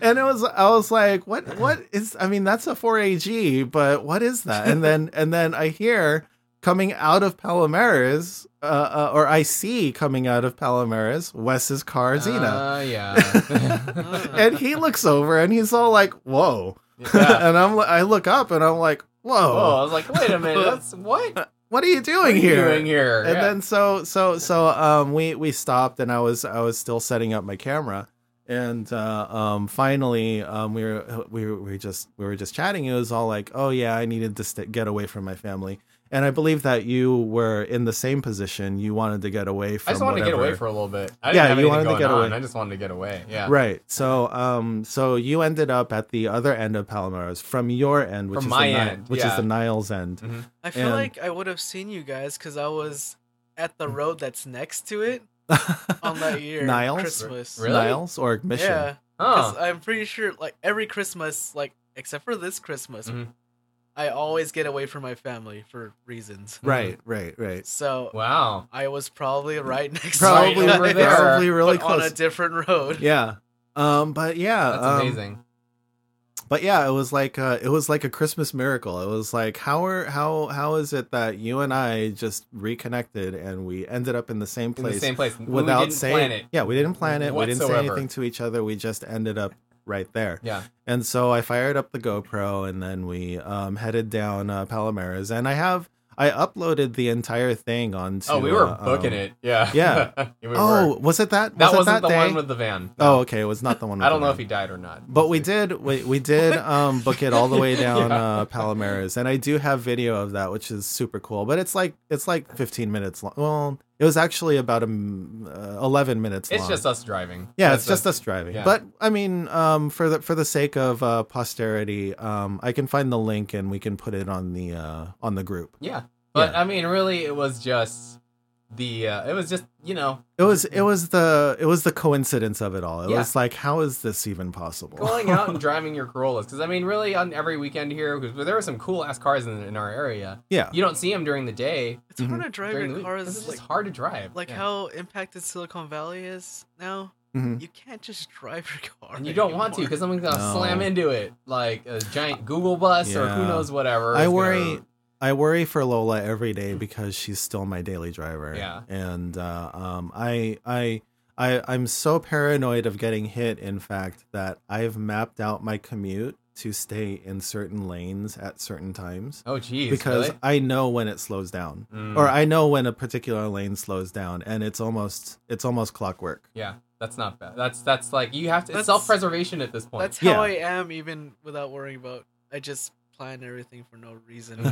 Speaker 4: and it was I was like, what what is I mean that's a 4AG, but what is that? And then and then I hear coming out of Palomares, uh, uh, or I see coming out of Palomares, Wes's car Xena.
Speaker 3: Uh, yeah.
Speaker 4: and he looks over and he's all like, "Whoa!"
Speaker 3: yeah.
Speaker 4: and I'm I look up and I'm like,
Speaker 3: Oh,
Speaker 4: "Whoa,
Speaker 3: I was like, wait a minute. That's what? What
Speaker 4: what are you doing
Speaker 3: are you
Speaker 4: here?"
Speaker 3: doing here?
Speaker 4: and
Speaker 3: Yeah.
Speaker 4: then so so so um we we stopped and i was i was still setting up my camera and uh um finally um we were we were, we were just we were just chatting it was all like oh yeah i needed to st- get away from my family And I believe that you were in the same position. You wanted to get away
Speaker 3: I
Speaker 4: from.
Speaker 3: just wanted to get
Speaker 4: whatever-
Speaker 3: away for a little bit. I
Speaker 4: Yeah,
Speaker 3: didn't have
Speaker 4: you
Speaker 3: anything
Speaker 4: wanted to
Speaker 3: going
Speaker 4: get
Speaker 3: on.
Speaker 4: away.
Speaker 3: I just wanted to get away. Yeah.
Speaker 4: Right. So, um, so you ended up at the other end of Palomares from your end,
Speaker 3: From
Speaker 4: which is
Speaker 3: my
Speaker 4: the Ni-
Speaker 3: end,
Speaker 4: which is
Speaker 3: yeah.
Speaker 4: the Niles end.
Speaker 2: I feel
Speaker 4: And-
Speaker 2: like I would have seen you guys because I was at the road that's next to it on that year
Speaker 4: Niles?
Speaker 2: Christmas.
Speaker 3: Really?
Speaker 4: Niles or Mission.
Speaker 2: Yeah, because
Speaker 3: Huh.
Speaker 2: I'm pretty sure like every Christmas, like except for this Christmas,
Speaker 3: Mhm.
Speaker 2: I always get away from my family for reasons.
Speaker 4: Right. Right. Right.
Speaker 2: So
Speaker 3: Wow.
Speaker 2: I was probably right next. to
Speaker 4: Probably.
Speaker 2: you guys,
Speaker 3: Right. were there,
Speaker 4: Probably really
Speaker 2: but on a
Speaker 4: close.
Speaker 2: different road.
Speaker 4: yeah. Um. But yeah.
Speaker 3: That's
Speaker 4: um,
Speaker 3: amazing.
Speaker 4: but yeah it was like uh it was like a christmas miracle it was like how are how how is it that you and i just reconnected and we ended up in the same
Speaker 3: In the
Speaker 4: place
Speaker 3: same place.
Speaker 4: without
Speaker 3: we didn't
Speaker 4: saying
Speaker 3: plan it.
Speaker 4: yeah we didn't plan it we didn't say
Speaker 3: Whatsoever.
Speaker 4: anything to each other we just ended up right there
Speaker 3: Yeah.
Speaker 4: and so i fired up the gopro and then we um headed down uh, palomares and i have i uploaded the entire thing onto
Speaker 3: Oh, we were
Speaker 4: uh,
Speaker 3: booking
Speaker 4: um,
Speaker 3: it. Yeah.
Speaker 4: yeah.
Speaker 3: we were.
Speaker 4: oh was it that was
Speaker 3: that
Speaker 4: it
Speaker 3: wasn't
Speaker 4: that
Speaker 3: the
Speaker 4: day?
Speaker 3: one with the van.
Speaker 4: oh okay it was not the one with
Speaker 3: I don't
Speaker 4: the
Speaker 3: know
Speaker 4: van.
Speaker 3: if he died or not.
Speaker 4: But we did we, we did um book it all the way down
Speaker 3: Yeah.
Speaker 4: uh Palomares and I do have video of that which is super cool. But it's like it's like 15 minutes long. Well, it was actually about um, uh, 11 minutes
Speaker 3: It's
Speaker 4: long.
Speaker 3: just us driving.
Speaker 4: yeah,
Speaker 3: That's
Speaker 4: it's just us driving.
Speaker 3: yeah.
Speaker 4: But I mean, um, for the for the sake of uh, posterity, um, I can find the link and we can put it on the uh, on the group.
Speaker 3: Yeah. But
Speaker 4: Yeah.
Speaker 3: I mean, really, it was just the. Uh, it was just you know
Speaker 4: It was it was the it was the coincidence of it all. It
Speaker 3: Mm-hmm. Yeah.
Speaker 4: was like, how is this even possible?
Speaker 3: going out and driving your Corollas because I mean, really, on every weekend here, because there were some cool ass cars in, in our area.
Speaker 4: yeah,
Speaker 3: You don't see them during the day.
Speaker 2: It's
Speaker 4: Mm-hmm.
Speaker 2: hard to drive
Speaker 3: During the
Speaker 2: your
Speaker 3: week.
Speaker 2: car.
Speaker 3: This is
Speaker 2: Is
Speaker 3: just
Speaker 2: like
Speaker 3: hard to drive.
Speaker 2: like
Speaker 3: Yeah.
Speaker 2: how impacted Silicon Valley is now.
Speaker 4: Mhm.
Speaker 2: You can't just drive your car.
Speaker 3: And you don't want to
Speaker 2: anymore.
Speaker 3: because someone's gonna
Speaker 4: No.
Speaker 3: slam into it like a giant Google bus or who
Speaker 4: Yeah.
Speaker 3: knows whatever.
Speaker 4: I
Speaker 3: is
Speaker 4: worry.
Speaker 3: gonna-
Speaker 4: I worry for Lola every day because she's still my daily driver.
Speaker 3: Yeah.
Speaker 4: and uh, um, I, I, I, I'm so paranoid of getting hit. In fact, that I've mapped out my commute to stay in certain lanes at certain times
Speaker 3: Oh jeez.
Speaker 4: because
Speaker 3: really?
Speaker 4: I know when it slows down,
Speaker 3: Mm,
Speaker 4: or I know when a particular lane slows down, and it's almost, it's almost clockwork.
Speaker 3: yeah, that's not bad. That's that's like you have to.
Speaker 2: That's-
Speaker 3: It's self preservation at this point.
Speaker 2: That's how
Speaker 4: Yeah.
Speaker 2: I am, even without worrying about. I just plan everything for no reason.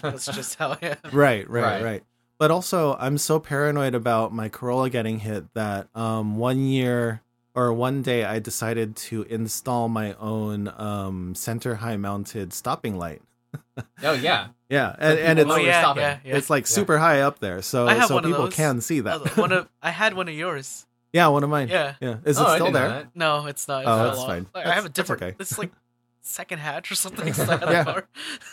Speaker 2: That's just how I am.
Speaker 4: right, right,
Speaker 3: Right.
Speaker 4: right, But also, I'm so paranoid about my Corolla getting hit that um, one year or one day I decided to install my own um, center high mounted stopping light.
Speaker 3: oh yeah.
Speaker 4: Yeah, and, and
Speaker 3: people
Speaker 4: it's
Speaker 3: know you're
Speaker 2: Oh, yeah,
Speaker 3: stopping.
Speaker 2: yeah, yeah.
Speaker 4: it's like
Speaker 3: Oh, Yeah.
Speaker 4: super high up there, so
Speaker 2: I have
Speaker 4: so
Speaker 2: one of
Speaker 4: people
Speaker 2: those.
Speaker 4: can see that.
Speaker 2: Oh, one of I had one of yours.
Speaker 4: yeah, one of mine. Yeah,
Speaker 2: Yeah.
Speaker 4: is it
Speaker 3: Oh, I
Speaker 4: still
Speaker 3: didn't know
Speaker 4: there?
Speaker 3: that.
Speaker 2: No, it's not. It's
Speaker 4: Oh,
Speaker 2: not
Speaker 4: that's
Speaker 2: long.
Speaker 4: fine.
Speaker 2: Like, I
Speaker 4: That's-
Speaker 2: have a
Speaker 4: that's
Speaker 2: different.
Speaker 4: okay.
Speaker 2: It's like second hatch or something. inside the
Speaker 4: Yeah.
Speaker 2: car.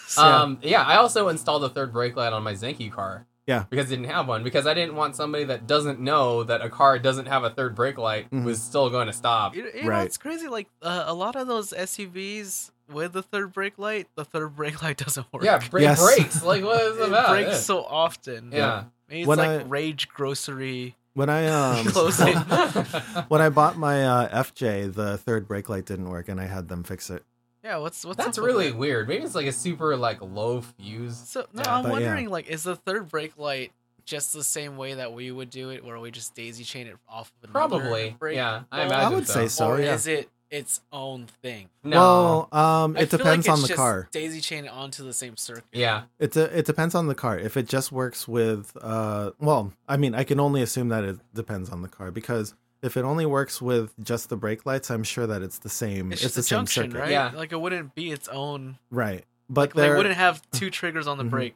Speaker 2: So,
Speaker 4: Yeah.
Speaker 3: Um, yeah, I also installed a third brake light on my Zenki car.
Speaker 4: Yeah.
Speaker 3: Because I didn't have one. Because I didn't want somebody that doesn't know that a car doesn't have a third brake light
Speaker 4: Mhm.
Speaker 3: was still going to stop.
Speaker 2: you, you know,
Speaker 4: Right.
Speaker 2: it's crazy. Like uh, a lot of those SUVs with the third brake light, the third brake light doesn't work.
Speaker 3: Yeah, bra-
Speaker 4: Yes.
Speaker 3: brakes. Like, what is it
Speaker 2: it
Speaker 3: about?
Speaker 2: breaks
Speaker 3: Yeah.
Speaker 2: so often.
Speaker 3: yeah.
Speaker 2: I mean, it's
Speaker 4: When
Speaker 2: like
Speaker 4: I-
Speaker 2: rage grocery.
Speaker 4: When I um
Speaker 2: Close it.
Speaker 4: when I bought my uh, FJ, the third brake light didn't work, and I had them fix it.
Speaker 2: Yeah, what's what's
Speaker 3: That's
Speaker 2: up with
Speaker 3: really
Speaker 2: that?
Speaker 3: weird. Maybe it's like a super like low fuse.
Speaker 2: So no,
Speaker 3: Yeah.
Speaker 2: I'm
Speaker 4: But yeah.
Speaker 2: wondering like, is the third brake light just the same way that we would do it, where we just daisy chain it off of another
Speaker 3: Probably.
Speaker 2: brake?
Speaker 3: Yeah, I
Speaker 2: Well,
Speaker 3: imagine.
Speaker 4: I would
Speaker 3: so.
Speaker 4: say so.
Speaker 2: or
Speaker 4: yeah.
Speaker 2: is it its own thing?
Speaker 3: No.
Speaker 4: Well, um,
Speaker 2: I
Speaker 4: it
Speaker 2: feel like
Speaker 4: depends
Speaker 2: it's
Speaker 4: on the
Speaker 2: just
Speaker 4: car.
Speaker 2: Daisy chain it onto the same circuit.
Speaker 3: yeah.
Speaker 4: It's a, it depends on the car. If it just works with, uh, well, I mean, I can only assume that it depends on the car because if it only works with just the brake lights, I'm sure that it's the same.
Speaker 2: It's, just
Speaker 4: It's, the
Speaker 2: a
Speaker 4: same
Speaker 2: junction,
Speaker 4: circuit,
Speaker 2: right?
Speaker 3: Yeah.
Speaker 2: Like it wouldn't be its own.
Speaker 4: Right. But
Speaker 2: Like,
Speaker 4: there,
Speaker 2: they wouldn't have two triggers on the
Speaker 4: Mhm.
Speaker 2: brake.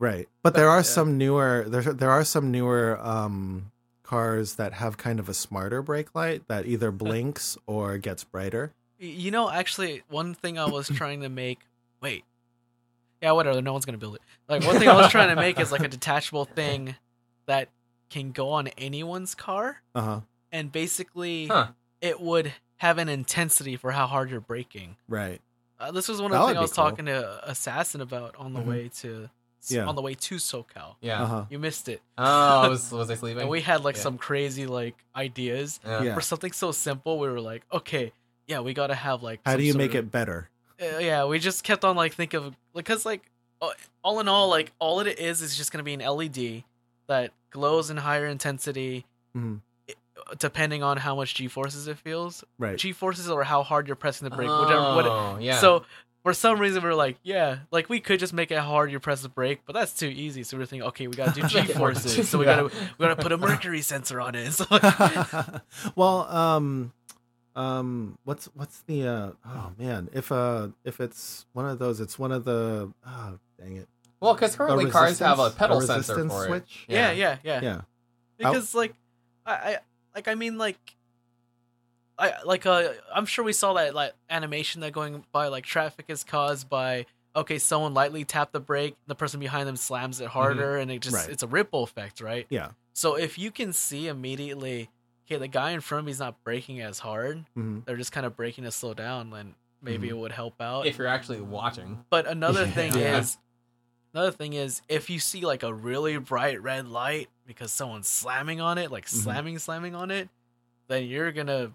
Speaker 4: right. But there are
Speaker 2: Yeah.
Speaker 4: some newer there there are some newer um cars that have kind of a smarter brake light that either blinks or gets brighter.
Speaker 2: Y- You know, actually, one thing I was trying to make. Wait. Yeah, whatever. No one's gonna build it. Like one thing I was trying to make is like a detachable thing that can go on anyone's car,
Speaker 4: Uh huh.
Speaker 2: and basically
Speaker 3: Huh.
Speaker 2: it would have an intensity for how hard you're braking.
Speaker 4: Right.
Speaker 2: Uh, this was one
Speaker 4: That
Speaker 2: of the
Speaker 4: would
Speaker 2: things I
Speaker 4: be
Speaker 2: was
Speaker 4: cool.
Speaker 2: talking to Assassin about on the
Speaker 4: Mhm.
Speaker 2: way to
Speaker 4: Yeah.
Speaker 2: on the way to SoCal.
Speaker 3: Yeah.
Speaker 4: Uh huh.
Speaker 2: You missed it.
Speaker 3: Oh, was, was I sleeping?
Speaker 2: And we had like
Speaker 3: Yeah.
Speaker 2: some crazy like ideas
Speaker 3: yeah.
Speaker 4: Yeah.
Speaker 2: for something so simple. We were like, okay, yeah, we gotta have like.
Speaker 4: How
Speaker 2: some
Speaker 4: do you
Speaker 2: sort
Speaker 4: make
Speaker 2: of-
Speaker 4: it better?
Speaker 2: Uh, yeah, we just kept on like think of because like uh, all in all, like all it is is just gonna be an LED that glows in higher intensity,
Speaker 4: Mhm.
Speaker 2: i- depending on how much G forces it feels.
Speaker 4: Right.
Speaker 2: G forces or how hard you're pressing the brake, whichever. What
Speaker 3: Oh, yeah.
Speaker 2: So for some reason we were like, yeah, like we could just make it hard. You press the brake, but that's too easy. So we were thinking, okay, we gotta do G forces. So we
Speaker 3: Yeah.
Speaker 2: gotta we gotta put a mercury sensor on it. So
Speaker 4: well, um, um, what's what's the uh? Oh man, if uh, if it's one of those, it's one of the. Oh, dang it!
Speaker 3: Well, because
Speaker 4: A
Speaker 3: currently cars have a
Speaker 4: resistance-
Speaker 3: pedal sensor
Speaker 4: resistance
Speaker 3: for
Speaker 4: switch.
Speaker 3: it.
Speaker 2: yeah, yeah, yeah,
Speaker 4: Yeah.
Speaker 2: Because like, I, I like I mean like. I, like uh, I'm sure we saw that like animation that going by like traffic is caused by okay someone lightly tapped the brake the person behind them slams it harder and it just
Speaker 4: Mm-hmm. Right.
Speaker 2: it's a ripple effect right
Speaker 4: Yeah.
Speaker 2: So if you can see immediately, okay, the guy in front of me's not braking as hard,
Speaker 4: mhm.
Speaker 2: they're just kind of braking to slow down, then maybe
Speaker 4: Mm-hmm.
Speaker 2: it would help out.
Speaker 3: If you're actually watching,
Speaker 2: but another thing
Speaker 3: Yeah.
Speaker 2: is, another thing is, if you see like a really bright red light because someone's slamming on it, like
Speaker 4: Mhm.
Speaker 2: slamming, slamming on it, then you're gonna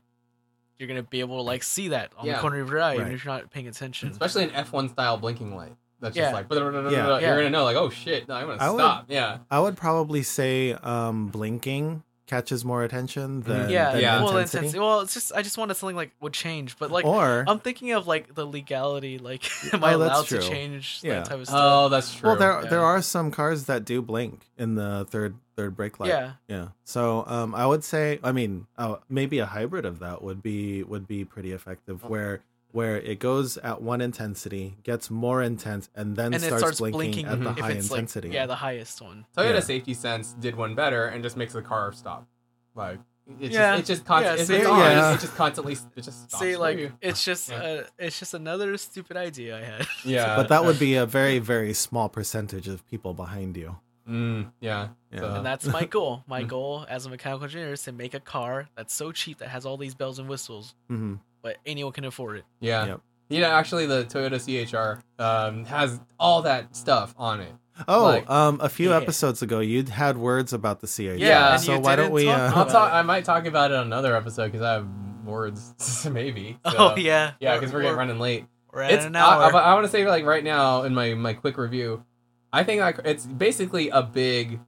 Speaker 2: you're gonna be able to like see that on
Speaker 3: Yeah.
Speaker 2: the corner of your eye, even
Speaker 4: Right. Uh,
Speaker 2: if you're not paying attention.
Speaker 3: especially an F1 style blinking light, that's
Speaker 2: Yeah.
Speaker 3: just like,
Speaker 4: Yeah.
Speaker 3: you're gonna know, like, oh shit, no, I'm gonna
Speaker 4: I would-
Speaker 3: stop. Yeah.
Speaker 4: I would probably say um, blinking catches more attention than
Speaker 2: yeah,
Speaker 3: Mm-hmm.
Speaker 4: than
Speaker 3: Yeah.
Speaker 2: Well, the
Speaker 4: intensity.
Speaker 2: intensity- well, it's just I just wanted something like would change, but like um,
Speaker 4: or
Speaker 2: I'm thinking of like the legality. Like, am I
Speaker 4: Oh, that's
Speaker 2: allowed to
Speaker 4: true.
Speaker 2: change
Speaker 4: Yeah.
Speaker 2: that type of stuff?
Speaker 3: Oh, that's true.
Speaker 4: well, there
Speaker 2: yeah.
Speaker 4: there are some cars that do blink in the third third brake light.
Speaker 2: yeah,
Speaker 4: Yeah. So um, I would say, I mean, uh, maybe a hybrid of that would be would be pretty effective, where where it goes at one intensity, gets more intense, and then
Speaker 2: and it
Speaker 4: starts,
Speaker 2: starts
Speaker 4: blinking,
Speaker 2: blinking
Speaker 4: at the
Speaker 2: if
Speaker 4: high
Speaker 2: it's
Speaker 4: intensity.
Speaker 2: like yeah, the highest one.
Speaker 3: Toyota
Speaker 4: Yeah.
Speaker 3: Safety Sense did one better and just makes the car stop. Like it's
Speaker 2: Yeah.
Speaker 3: just it's just constantly
Speaker 2: Yeah,
Speaker 3: it's,
Speaker 2: see,
Speaker 3: it's on,
Speaker 4: yeah.
Speaker 3: it's just constantly it just stops
Speaker 2: See,
Speaker 3: for
Speaker 2: like
Speaker 3: you.
Speaker 2: it's just
Speaker 3: Yeah.
Speaker 2: uh, it's just another stupid idea I had.
Speaker 3: yeah.
Speaker 4: but that would be a very very small percentage of people behind you.
Speaker 3: mm, yeah.
Speaker 4: Yeah.
Speaker 3: So-
Speaker 2: and that's my goal. My goal as a mechanical engineer is to make a car that's so cheap that has all these bells and whistles,
Speaker 4: hmm
Speaker 2: but anyone can afford it.
Speaker 3: Yeah.
Speaker 4: Yep.
Speaker 3: You know, actually the Toyota CHR um, has all that stuff on it.
Speaker 4: Oh,
Speaker 3: Like-
Speaker 4: um, a few
Speaker 2: Yeah.
Speaker 4: episodes ago, you'd had words about the CHR.
Speaker 3: Yeah, and
Speaker 4: So
Speaker 2: you
Speaker 4: why don't
Speaker 2: didn't
Speaker 4: we?
Speaker 2: talk
Speaker 4: Uh,
Speaker 3: I'll
Speaker 2: about
Speaker 3: talk
Speaker 2: it.
Speaker 3: I might talk about it on another episode cuz I have words maybe. So,
Speaker 2: oh yeah,
Speaker 3: Yeah, cuz we're getting running late.
Speaker 2: We're at
Speaker 3: It's,
Speaker 2: an hour.
Speaker 3: I, I, want to say like right now in my my quick review, I think like it's basically a big,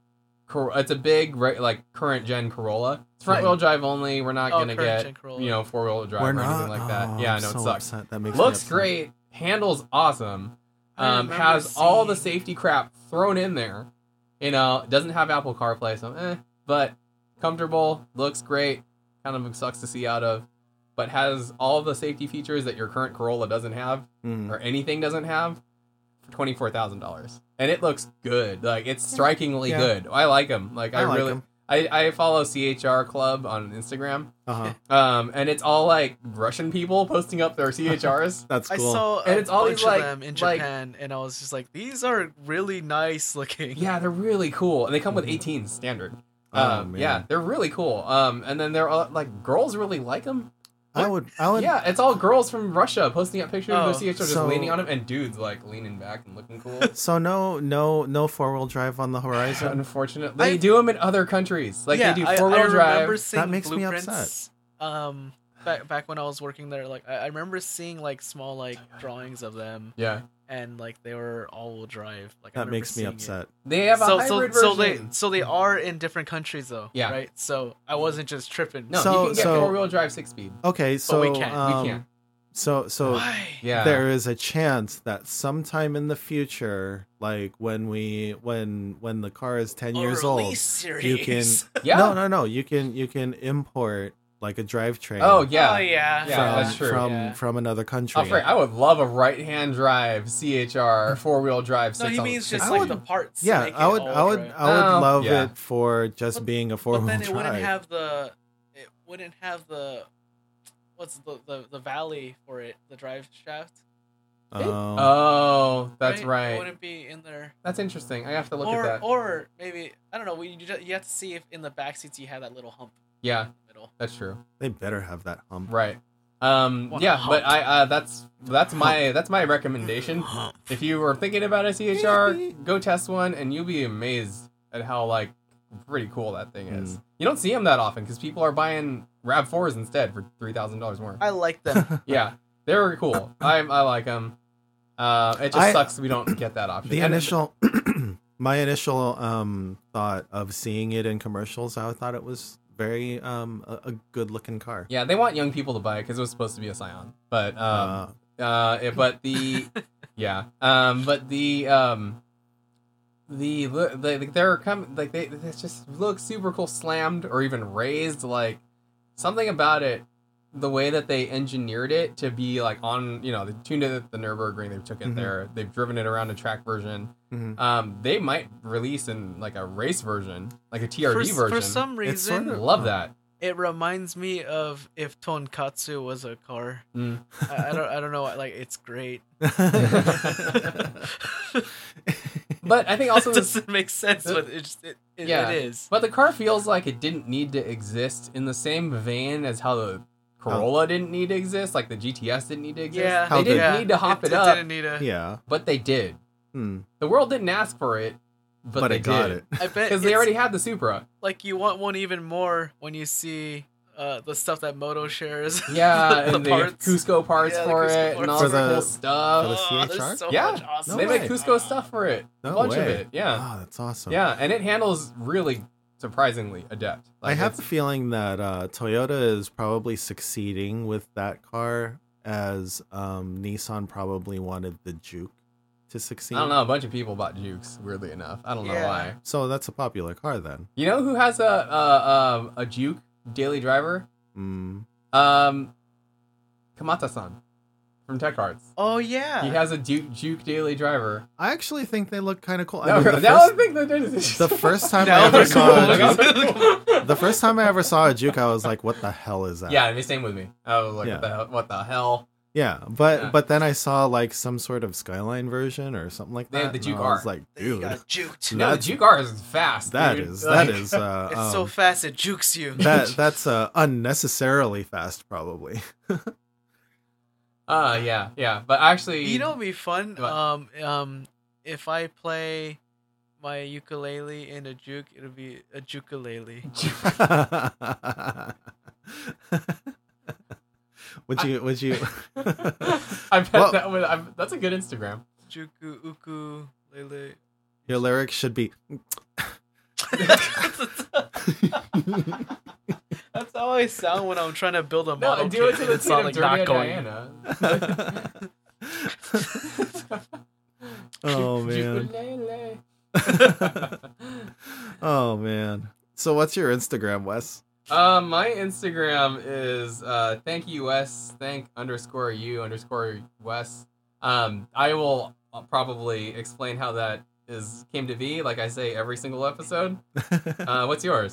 Speaker 3: Cor- it's a big right, like current gen Corolla. It's front wheel drive only. We're not
Speaker 2: Oh,
Speaker 3: gonna
Speaker 2: current
Speaker 3: get
Speaker 2: gen Corolla.
Speaker 3: you know four wheel drive
Speaker 4: we're
Speaker 3: or
Speaker 4: not
Speaker 3: anything like that.
Speaker 4: Oh,
Speaker 3: yeah, I
Speaker 4: I'm
Speaker 3: know it
Speaker 4: so
Speaker 3: sucks.
Speaker 4: upset. That makes me
Speaker 3: Looks
Speaker 4: upset.
Speaker 3: great, handles awesome,
Speaker 2: I
Speaker 3: um,
Speaker 2: remember
Speaker 3: has all the
Speaker 2: seeing-
Speaker 3: safety crap thrown in there. You know, doesn't have Apple CarPlay, so eh, but comfortable, looks great, kind of sucks to see out of, but has all the safety features that your current Corolla doesn't have
Speaker 4: Mhm.
Speaker 3: or anything doesn't have for twenty four thousand dollars, and it looks good. Like it's strikingly
Speaker 4: Yeah.
Speaker 3: good. I like them. Like I,
Speaker 4: I like
Speaker 3: really,
Speaker 4: them.
Speaker 3: I I follow CHR Club on Instagram,
Speaker 4: Uh-huh.
Speaker 3: um, and it's all like Russian people posting up their CHRs.
Speaker 4: That's
Speaker 2: I
Speaker 4: cool.
Speaker 2: saw
Speaker 3: And
Speaker 2: a
Speaker 3: it's always
Speaker 2: bunch
Speaker 3: like-
Speaker 2: of them in
Speaker 3: like-
Speaker 2: Japan, and I was just like, these are really nice looking.
Speaker 3: yeah, they're really cool, and they come with eighteen standard.
Speaker 4: Mm-hmm. Oh,
Speaker 3: Um,
Speaker 4: man.
Speaker 3: yeah, they're really cool. Um, and then they're all, like girls really like them.
Speaker 4: I would. I would.
Speaker 3: yeah, it's all girls from Russia posting up pictures
Speaker 2: Oh,
Speaker 3: of their CHR just
Speaker 4: Oh, so-
Speaker 3: leaning on them, and dudes like leaning back and looking cool.
Speaker 4: So no, no, no four wheel drive on the horizon.
Speaker 3: Unfortunately, they
Speaker 2: I-
Speaker 3: do them in other countries. Like
Speaker 2: yeah,
Speaker 3: they do
Speaker 2: I-
Speaker 3: four
Speaker 2: I,
Speaker 3: wheel drive.
Speaker 2: remember seeing
Speaker 4: That makes me
Speaker 2: blueprints,
Speaker 4: upset.
Speaker 2: Um, back back when I was working there, like I, I remember seeing like small like drawings of them,
Speaker 3: Yeah,
Speaker 2: and like they were all-wheel drive. Like I
Speaker 4: That
Speaker 2: remember
Speaker 4: makes me
Speaker 2: seeing it.
Speaker 4: upset.
Speaker 3: they have a
Speaker 2: so so
Speaker 3: hybrid
Speaker 2: so they
Speaker 3: version.
Speaker 2: so they are in different countries though.
Speaker 3: Yeah.
Speaker 2: Right. So I wasn't just tripping.
Speaker 3: no,
Speaker 4: So-
Speaker 3: you can get
Speaker 4: so-
Speaker 3: four wheel drive six speed.
Speaker 4: Okay, so
Speaker 2: we can't. We
Speaker 4: Um,
Speaker 3: can't.
Speaker 4: So so
Speaker 2: Why?
Speaker 3: Yeah,
Speaker 4: there is a chance that sometime in the future, like when we when when the car is ten
Speaker 2: A
Speaker 4: years old,
Speaker 2: release series. Oh,
Speaker 4: you can
Speaker 3: yeah.
Speaker 4: no no no you can you can import like a drivetrain.
Speaker 3: oh yeah.
Speaker 2: Oh yeah.
Speaker 3: Yeah,
Speaker 4: from,
Speaker 3: that's true.
Speaker 4: From
Speaker 2: Yeah.
Speaker 4: from another country.
Speaker 3: Oh, Frank, I would love a right hand drive CHR four wheel drive.
Speaker 2: No,
Speaker 3: six
Speaker 2: he
Speaker 3: on-
Speaker 2: means
Speaker 3: six
Speaker 2: just
Speaker 3: on-
Speaker 2: like the parts. to
Speaker 4: yeah,
Speaker 2: make
Speaker 4: I
Speaker 2: it
Speaker 4: would I would
Speaker 2: all-wheel drive.
Speaker 4: I would
Speaker 3: Oh.
Speaker 4: love
Speaker 3: Yeah.
Speaker 4: it for just
Speaker 2: But-
Speaker 4: being a four
Speaker 2: But
Speaker 4: wheel
Speaker 2: then
Speaker 4: drive.
Speaker 2: it wouldn't have the. It wouldn't have the. What's the, the the valley for it? The drive shaft.
Speaker 4: Um,
Speaker 3: Oh, that's
Speaker 2: It
Speaker 3: right.
Speaker 2: wouldn't be in there.
Speaker 3: That's interesting. I have to look
Speaker 2: or
Speaker 3: at that.
Speaker 2: or maybe I don't know. We you, just, you have to see if in the back seats you have that little hump
Speaker 3: yeah,
Speaker 2: in the middle.
Speaker 3: that's true.
Speaker 4: they better have that hump.
Speaker 3: Right. Um.
Speaker 2: What a
Speaker 3: Yeah,
Speaker 2: hump.
Speaker 3: but I. Uh, that's that's my that's my recommendation. If you were thinking about a CHR, go test one, and you'll be amazed at how like pretty cool that thing is.
Speaker 4: Hmm.
Speaker 3: You don't see them that often because people are buying Rav fours instead for three thousand dollars more.
Speaker 2: I like them.
Speaker 3: yeah, they're cool. I I like them. Uh, it just
Speaker 4: I-
Speaker 3: sucks we don't get that option.
Speaker 4: the
Speaker 3: And-
Speaker 4: initial my initial um thought of seeing it in commercials i thought it was very um a, good looking car
Speaker 3: Yeah, they want young people to buy it because it was supposed to be a Scion, but um,
Speaker 4: uh,
Speaker 3: Uh, it- but the yeah, um, but the um, the li- like like, they're coming like they they just look super cool slammed or even raised like something about it the way that they engineered it to be like on you know they tuned it at the Nurburgring they took it
Speaker 4: Mhm.
Speaker 3: there they've driven it around a track version
Speaker 4: Mhm.
Speaker 3: um they might release in like a race version like a TRD
Speaker 2: for, s-
Speaker 3: version
Speaker 2: for some
Speaker 4: It's sort
Speaker 2: reason,
Speaker 4: of-
Speaker 3: love that
Speaker 2: it reminds me of if Tonkatsu was a car.
Speaker 3: Mm.
Speaker 2: I, I don't I don't know. Like it's great.
Speaker 4: mm-hmm.
Speaker 3: but I think also
Speaker 2: it
Speaker 3: this-
Speaker 2: doesn't make sense, but it just it, it,
Speaker 3: Yeah.
Speaker 2: it is.
Speaker 3: But the car feels like it didn't need to exist in the same vein as how the Corolla didn't need to exist, like the GTS didn't need to exist.
Speaker 2: Yeah,
Speaker 4: How
Speaker 3: they
Speaker 4: the-
Speaker 3: didn't
Speaker 2: yeah,
Speaker 3: need to hop it,
Speaker 2: it,
Speaker 3: up,
Speaker 2: didn't need a-
Speaker 4: yeah,
Speaker 3: but they did.
Speaker 4: Hmm.
Speaker 3: The world didn't ask for it, but,
Speaker 4: but,
Speaker 3: they
Speaker 4: I got
Speaker 3: did.
Speaker 4: it.
Speaker 2: I bet
Speaker 3: Because
Speaker 2: it's
Speaker 3: they already had the Supra.
Speaker 2: like you want one even more when you see uh, the stuff that Moto shares.
Speaker 3: Yeah,
Speaker 2: The
Speaker 3: and the
Speaker 2: parts.
Speaker 3: Cusco parts
Speaker 2: Yeah, the
Speaker 3: for
Speaker 2: Cusco
Speaker 3: it and
Speaker 2: parts.
Speaker 3: all
Speaker 4: For
Speaker 3: that
Speaker 4: the-
Speaker 3: cool stuff.
Speaker 2: Oh, there's
Speaker 4: CHR?
Speaker 2: so
Speaker 3: Yeah.
Speaker 2: much awesome
Speaker 3: they
Speaker 4: way.
Speaker 3: make Cusco stuff for it.
Speaker 4: No
Speaker 3: a bunch of
Speaker 4: way.
Speaker 3: it. Yeah.
Speaker 4: Wow, Ah, that's awesome.
Speaker 3: Yeah, and it handles really surprisingly adept.
Speaker 4: I have the
Speaker 3: it's-
Speaker 4: feeling that uh, Toyota is probably succeeding with that car, as um, Nissan probably wanted the Juke to succeed.
Speaker 3: I don't know, a bunch of people bought Jukes, weirdly enough. I don't know
Speaker 2: Yeah.
Speaker 3: why.
Speaker 4: So that's a popular car then.
Speaker 3: You know who has a a, um a Juke daily driver?
Speaker 4: Mm.
Speaker 3: Um, Kamata-san from Tech Arts.
Speaker 2: Oh yeah.
Speaker 3: He has a Duke Juke daily driver.
Speaker 4: I actually think they look kind of cool. I
Speaker 3: That,
Speaker 4: mean, the,
Speaker 3: that was
Speaker 4: first,
Speaker 3: the thing that did it.
Speaker 4: the first time
Speaker 2: That
Speaker 4: I ever
Speaker 2: was
Speaker 4: saw
Speaker 2: cool.
Speaker 4: a Juke,
Speaker 3: That was cool.
Speaker 4: the first time I ever saw a Juke, I was like, "What the hell is that?"
Speaker 3: Yeah, it'd be same with me. Oh, I was like,
Speaker 4: Yeah.
Speaker 3: what, the hell, what the hell?
Speaker 4: yeah. But
Speaker 3: Yeah.
Speaker 4: but then I saw like some sort of Skyline version or something like
Speaker 3: They had
Speaker 4: that.
Speaker 3: the
Speaker 4: and
Speaker 3: Juke
Speaker 4: I was
Speaker 3: R.
Speaker 4: like,
Speaker 2: They
Speaker 4: dude,
Speaker 2: got juked.
Speaker 3: No, the
Speaker 4: That's-
Speaker 3: Juke R is fast.
Speaker 4: that
Speaker 3: dude.
Speaker 4: is
Speaker 3: Like,
Speaker 4: that is uh,
Speaker 2: It's
Speaker 4: um,
Speaker 2: so fast it jukes you.
Speaker 4: that that's uh, unnecessarily fast, probably.
Speaker 3: Uh, yeah, yeah. But actually,
Speaker 2: You know, it'd be fun.
Speaker 3: What?
Speaker 2: Um, um, if I play my ukulele in a juke, it'll be a ukulele.
Speaker 4: would you? Would you?
Speaker 3: I bet
Speaker 4: Well-
Speaker 3: that would. i that's a good Instagram.
Speaker 2: Juku uku lele.
Speaker 4: Your lyrics should be.
Speaker 2: That's how I sound when I'm trying to build a
Speaker 3: No,
Speaker 2: model.
Speaker 3: do it
Speaker 2: kit
Speaker 3: to
Speaker 2: and
Speaker 3: the
Speaker 2: it's
Speaker 3: tune
Speaker 2: not
Speaker 3: of
Speaker 2: like
Speaker 3: Dirty
Speaker 2: not going.
Speaker 3: Diana.
Speaker 4: oh man!
Speaker 3: Ukulele.
Speaker 4: Oh man! So what's your Instagram, Wes?
Speaker 3: uh, my Instagram is uh, thank you Wes thank underscore you underscore Wes. Um, I will probably explain how that is came to be, like I say every single episode. Uh, what's yours?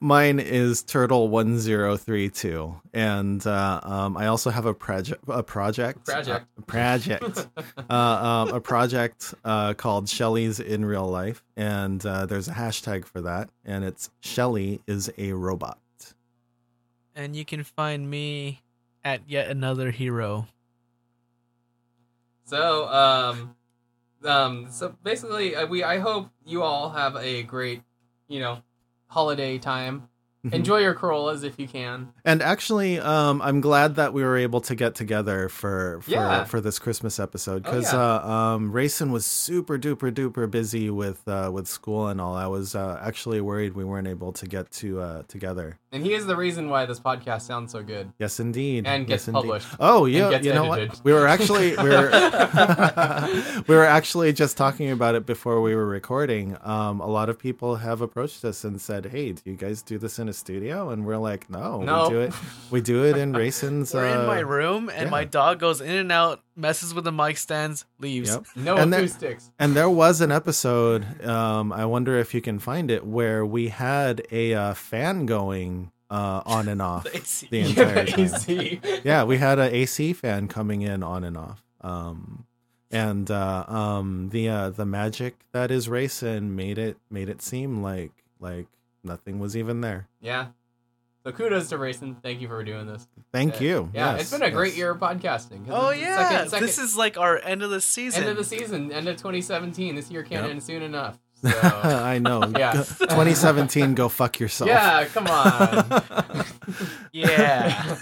Speaker 4: Mine is Turtle One Zero Three Two, and uh, um, I also have a project, a project,
Speaker 3: Project.
Speaker 4: a project, uh, um, a project uh, called Shelley's in Real Life, and uh, there's a hashtag for that, and it's Shelley is a robot.
Speaker 2: And you can find me at yet another hero.
Speaker 3: So, um, um, so basically, uh, we I hope you all have a great, you know, holiday time.
Speaker 4: Mm-hmm.
Speaker 3: Enjoy your Corollas if you can.
Speaker 4: And actually, um, I'm glad that we were able to get together for for,
Speaker 3: Yeah.
Speaker 4: for this Christmas episode
Speaker 3: Oh,
Speaker 4: because
Speaker 3: yeah.
Speaker 4: uh, um, Rayson was super duper duper busy with uh, with school and all. I was uh, actually worried we weren't able to get to uh, together.
Speaker 3: And he is the reason why this podcast sounds so good
Speaker 4: Yes, indeed.
Speaker 3: and gets
Speaker 4: yes, indeed.
Speaker 3: published.
Speaker 4: Oh yeah,
Speaker 3: gets
Speaker 4: you know
Speaker 3: edited.
Speaker 4: what? We were actually we were we were actually just talking about it before we were recording. Um, a lot of people have approached us and said, "Hey, do you guys do this in a studio?" And we're like, "No,
Speaker 3: No.
Speaker 4: we do it. We do it in Rayson's."
Speaker 2: We're in my
Speaker 4: uh,
Speaker 2: room, and
Speaker 4: yeah.
Speaker 2: my dog goes in and out, messes with the mic stands, leaves.
Speaker 4: Yep.
Speaker 3: No
Speaker 4: And there-
Speaker 3: acoustics.
Speaker 4: And there was an episode, um, I wonder if you can find it, where we had a uh, fan going uh, on and off.
Speaker 2: The AC.
Speaker 4: The entire
Speaker 3: Yeah,
Speaker 4: time.
Speaker 3: AC.
Speaker 4: yeah, we had an AC fan coming in on and off. Um, and uh, um, the uh, the magic that is racing made it made it seem like like nothing was even there.
Speaker 3: Yeah. So kudos to Racing. Thank you for doing this.
Speaker 4: Thank you.
Speaker 3: Yeah,
Speaker 4: Yes,
Speaker 3: it's been a great
Speaker 4: yes.
Speaker 3: year of podcasting. 'cause
Speaker 2: Oh
Speaker 3: it's the
Speaker 2: yeah,
Speaker 3: second- second-
Speaker 2: this is like our end of the season.
Speaker 3: end of the season, end of 2017. This year can't
Speaker 4: Yep.
Speaker 3: end soon enough. So
Speaker 4: I know.
Speaker 3: Yeah.
Speaker 4: 2017, go fuck yourself.
Speaker 3: yeah, come on.
Speaker 2: yeah.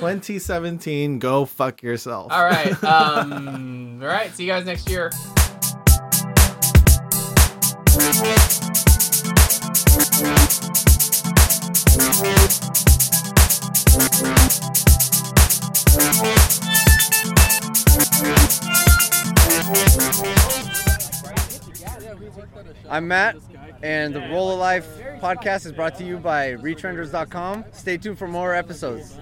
Speaker 4: 2017, go fuck yourself.
Speaker 3: all right. Um, all right. See you guys next year.
Speaker 5: I'm Matt, and the Roll of Life podcast is brought to you by Retrenders.com. Stay tuned for more episodes.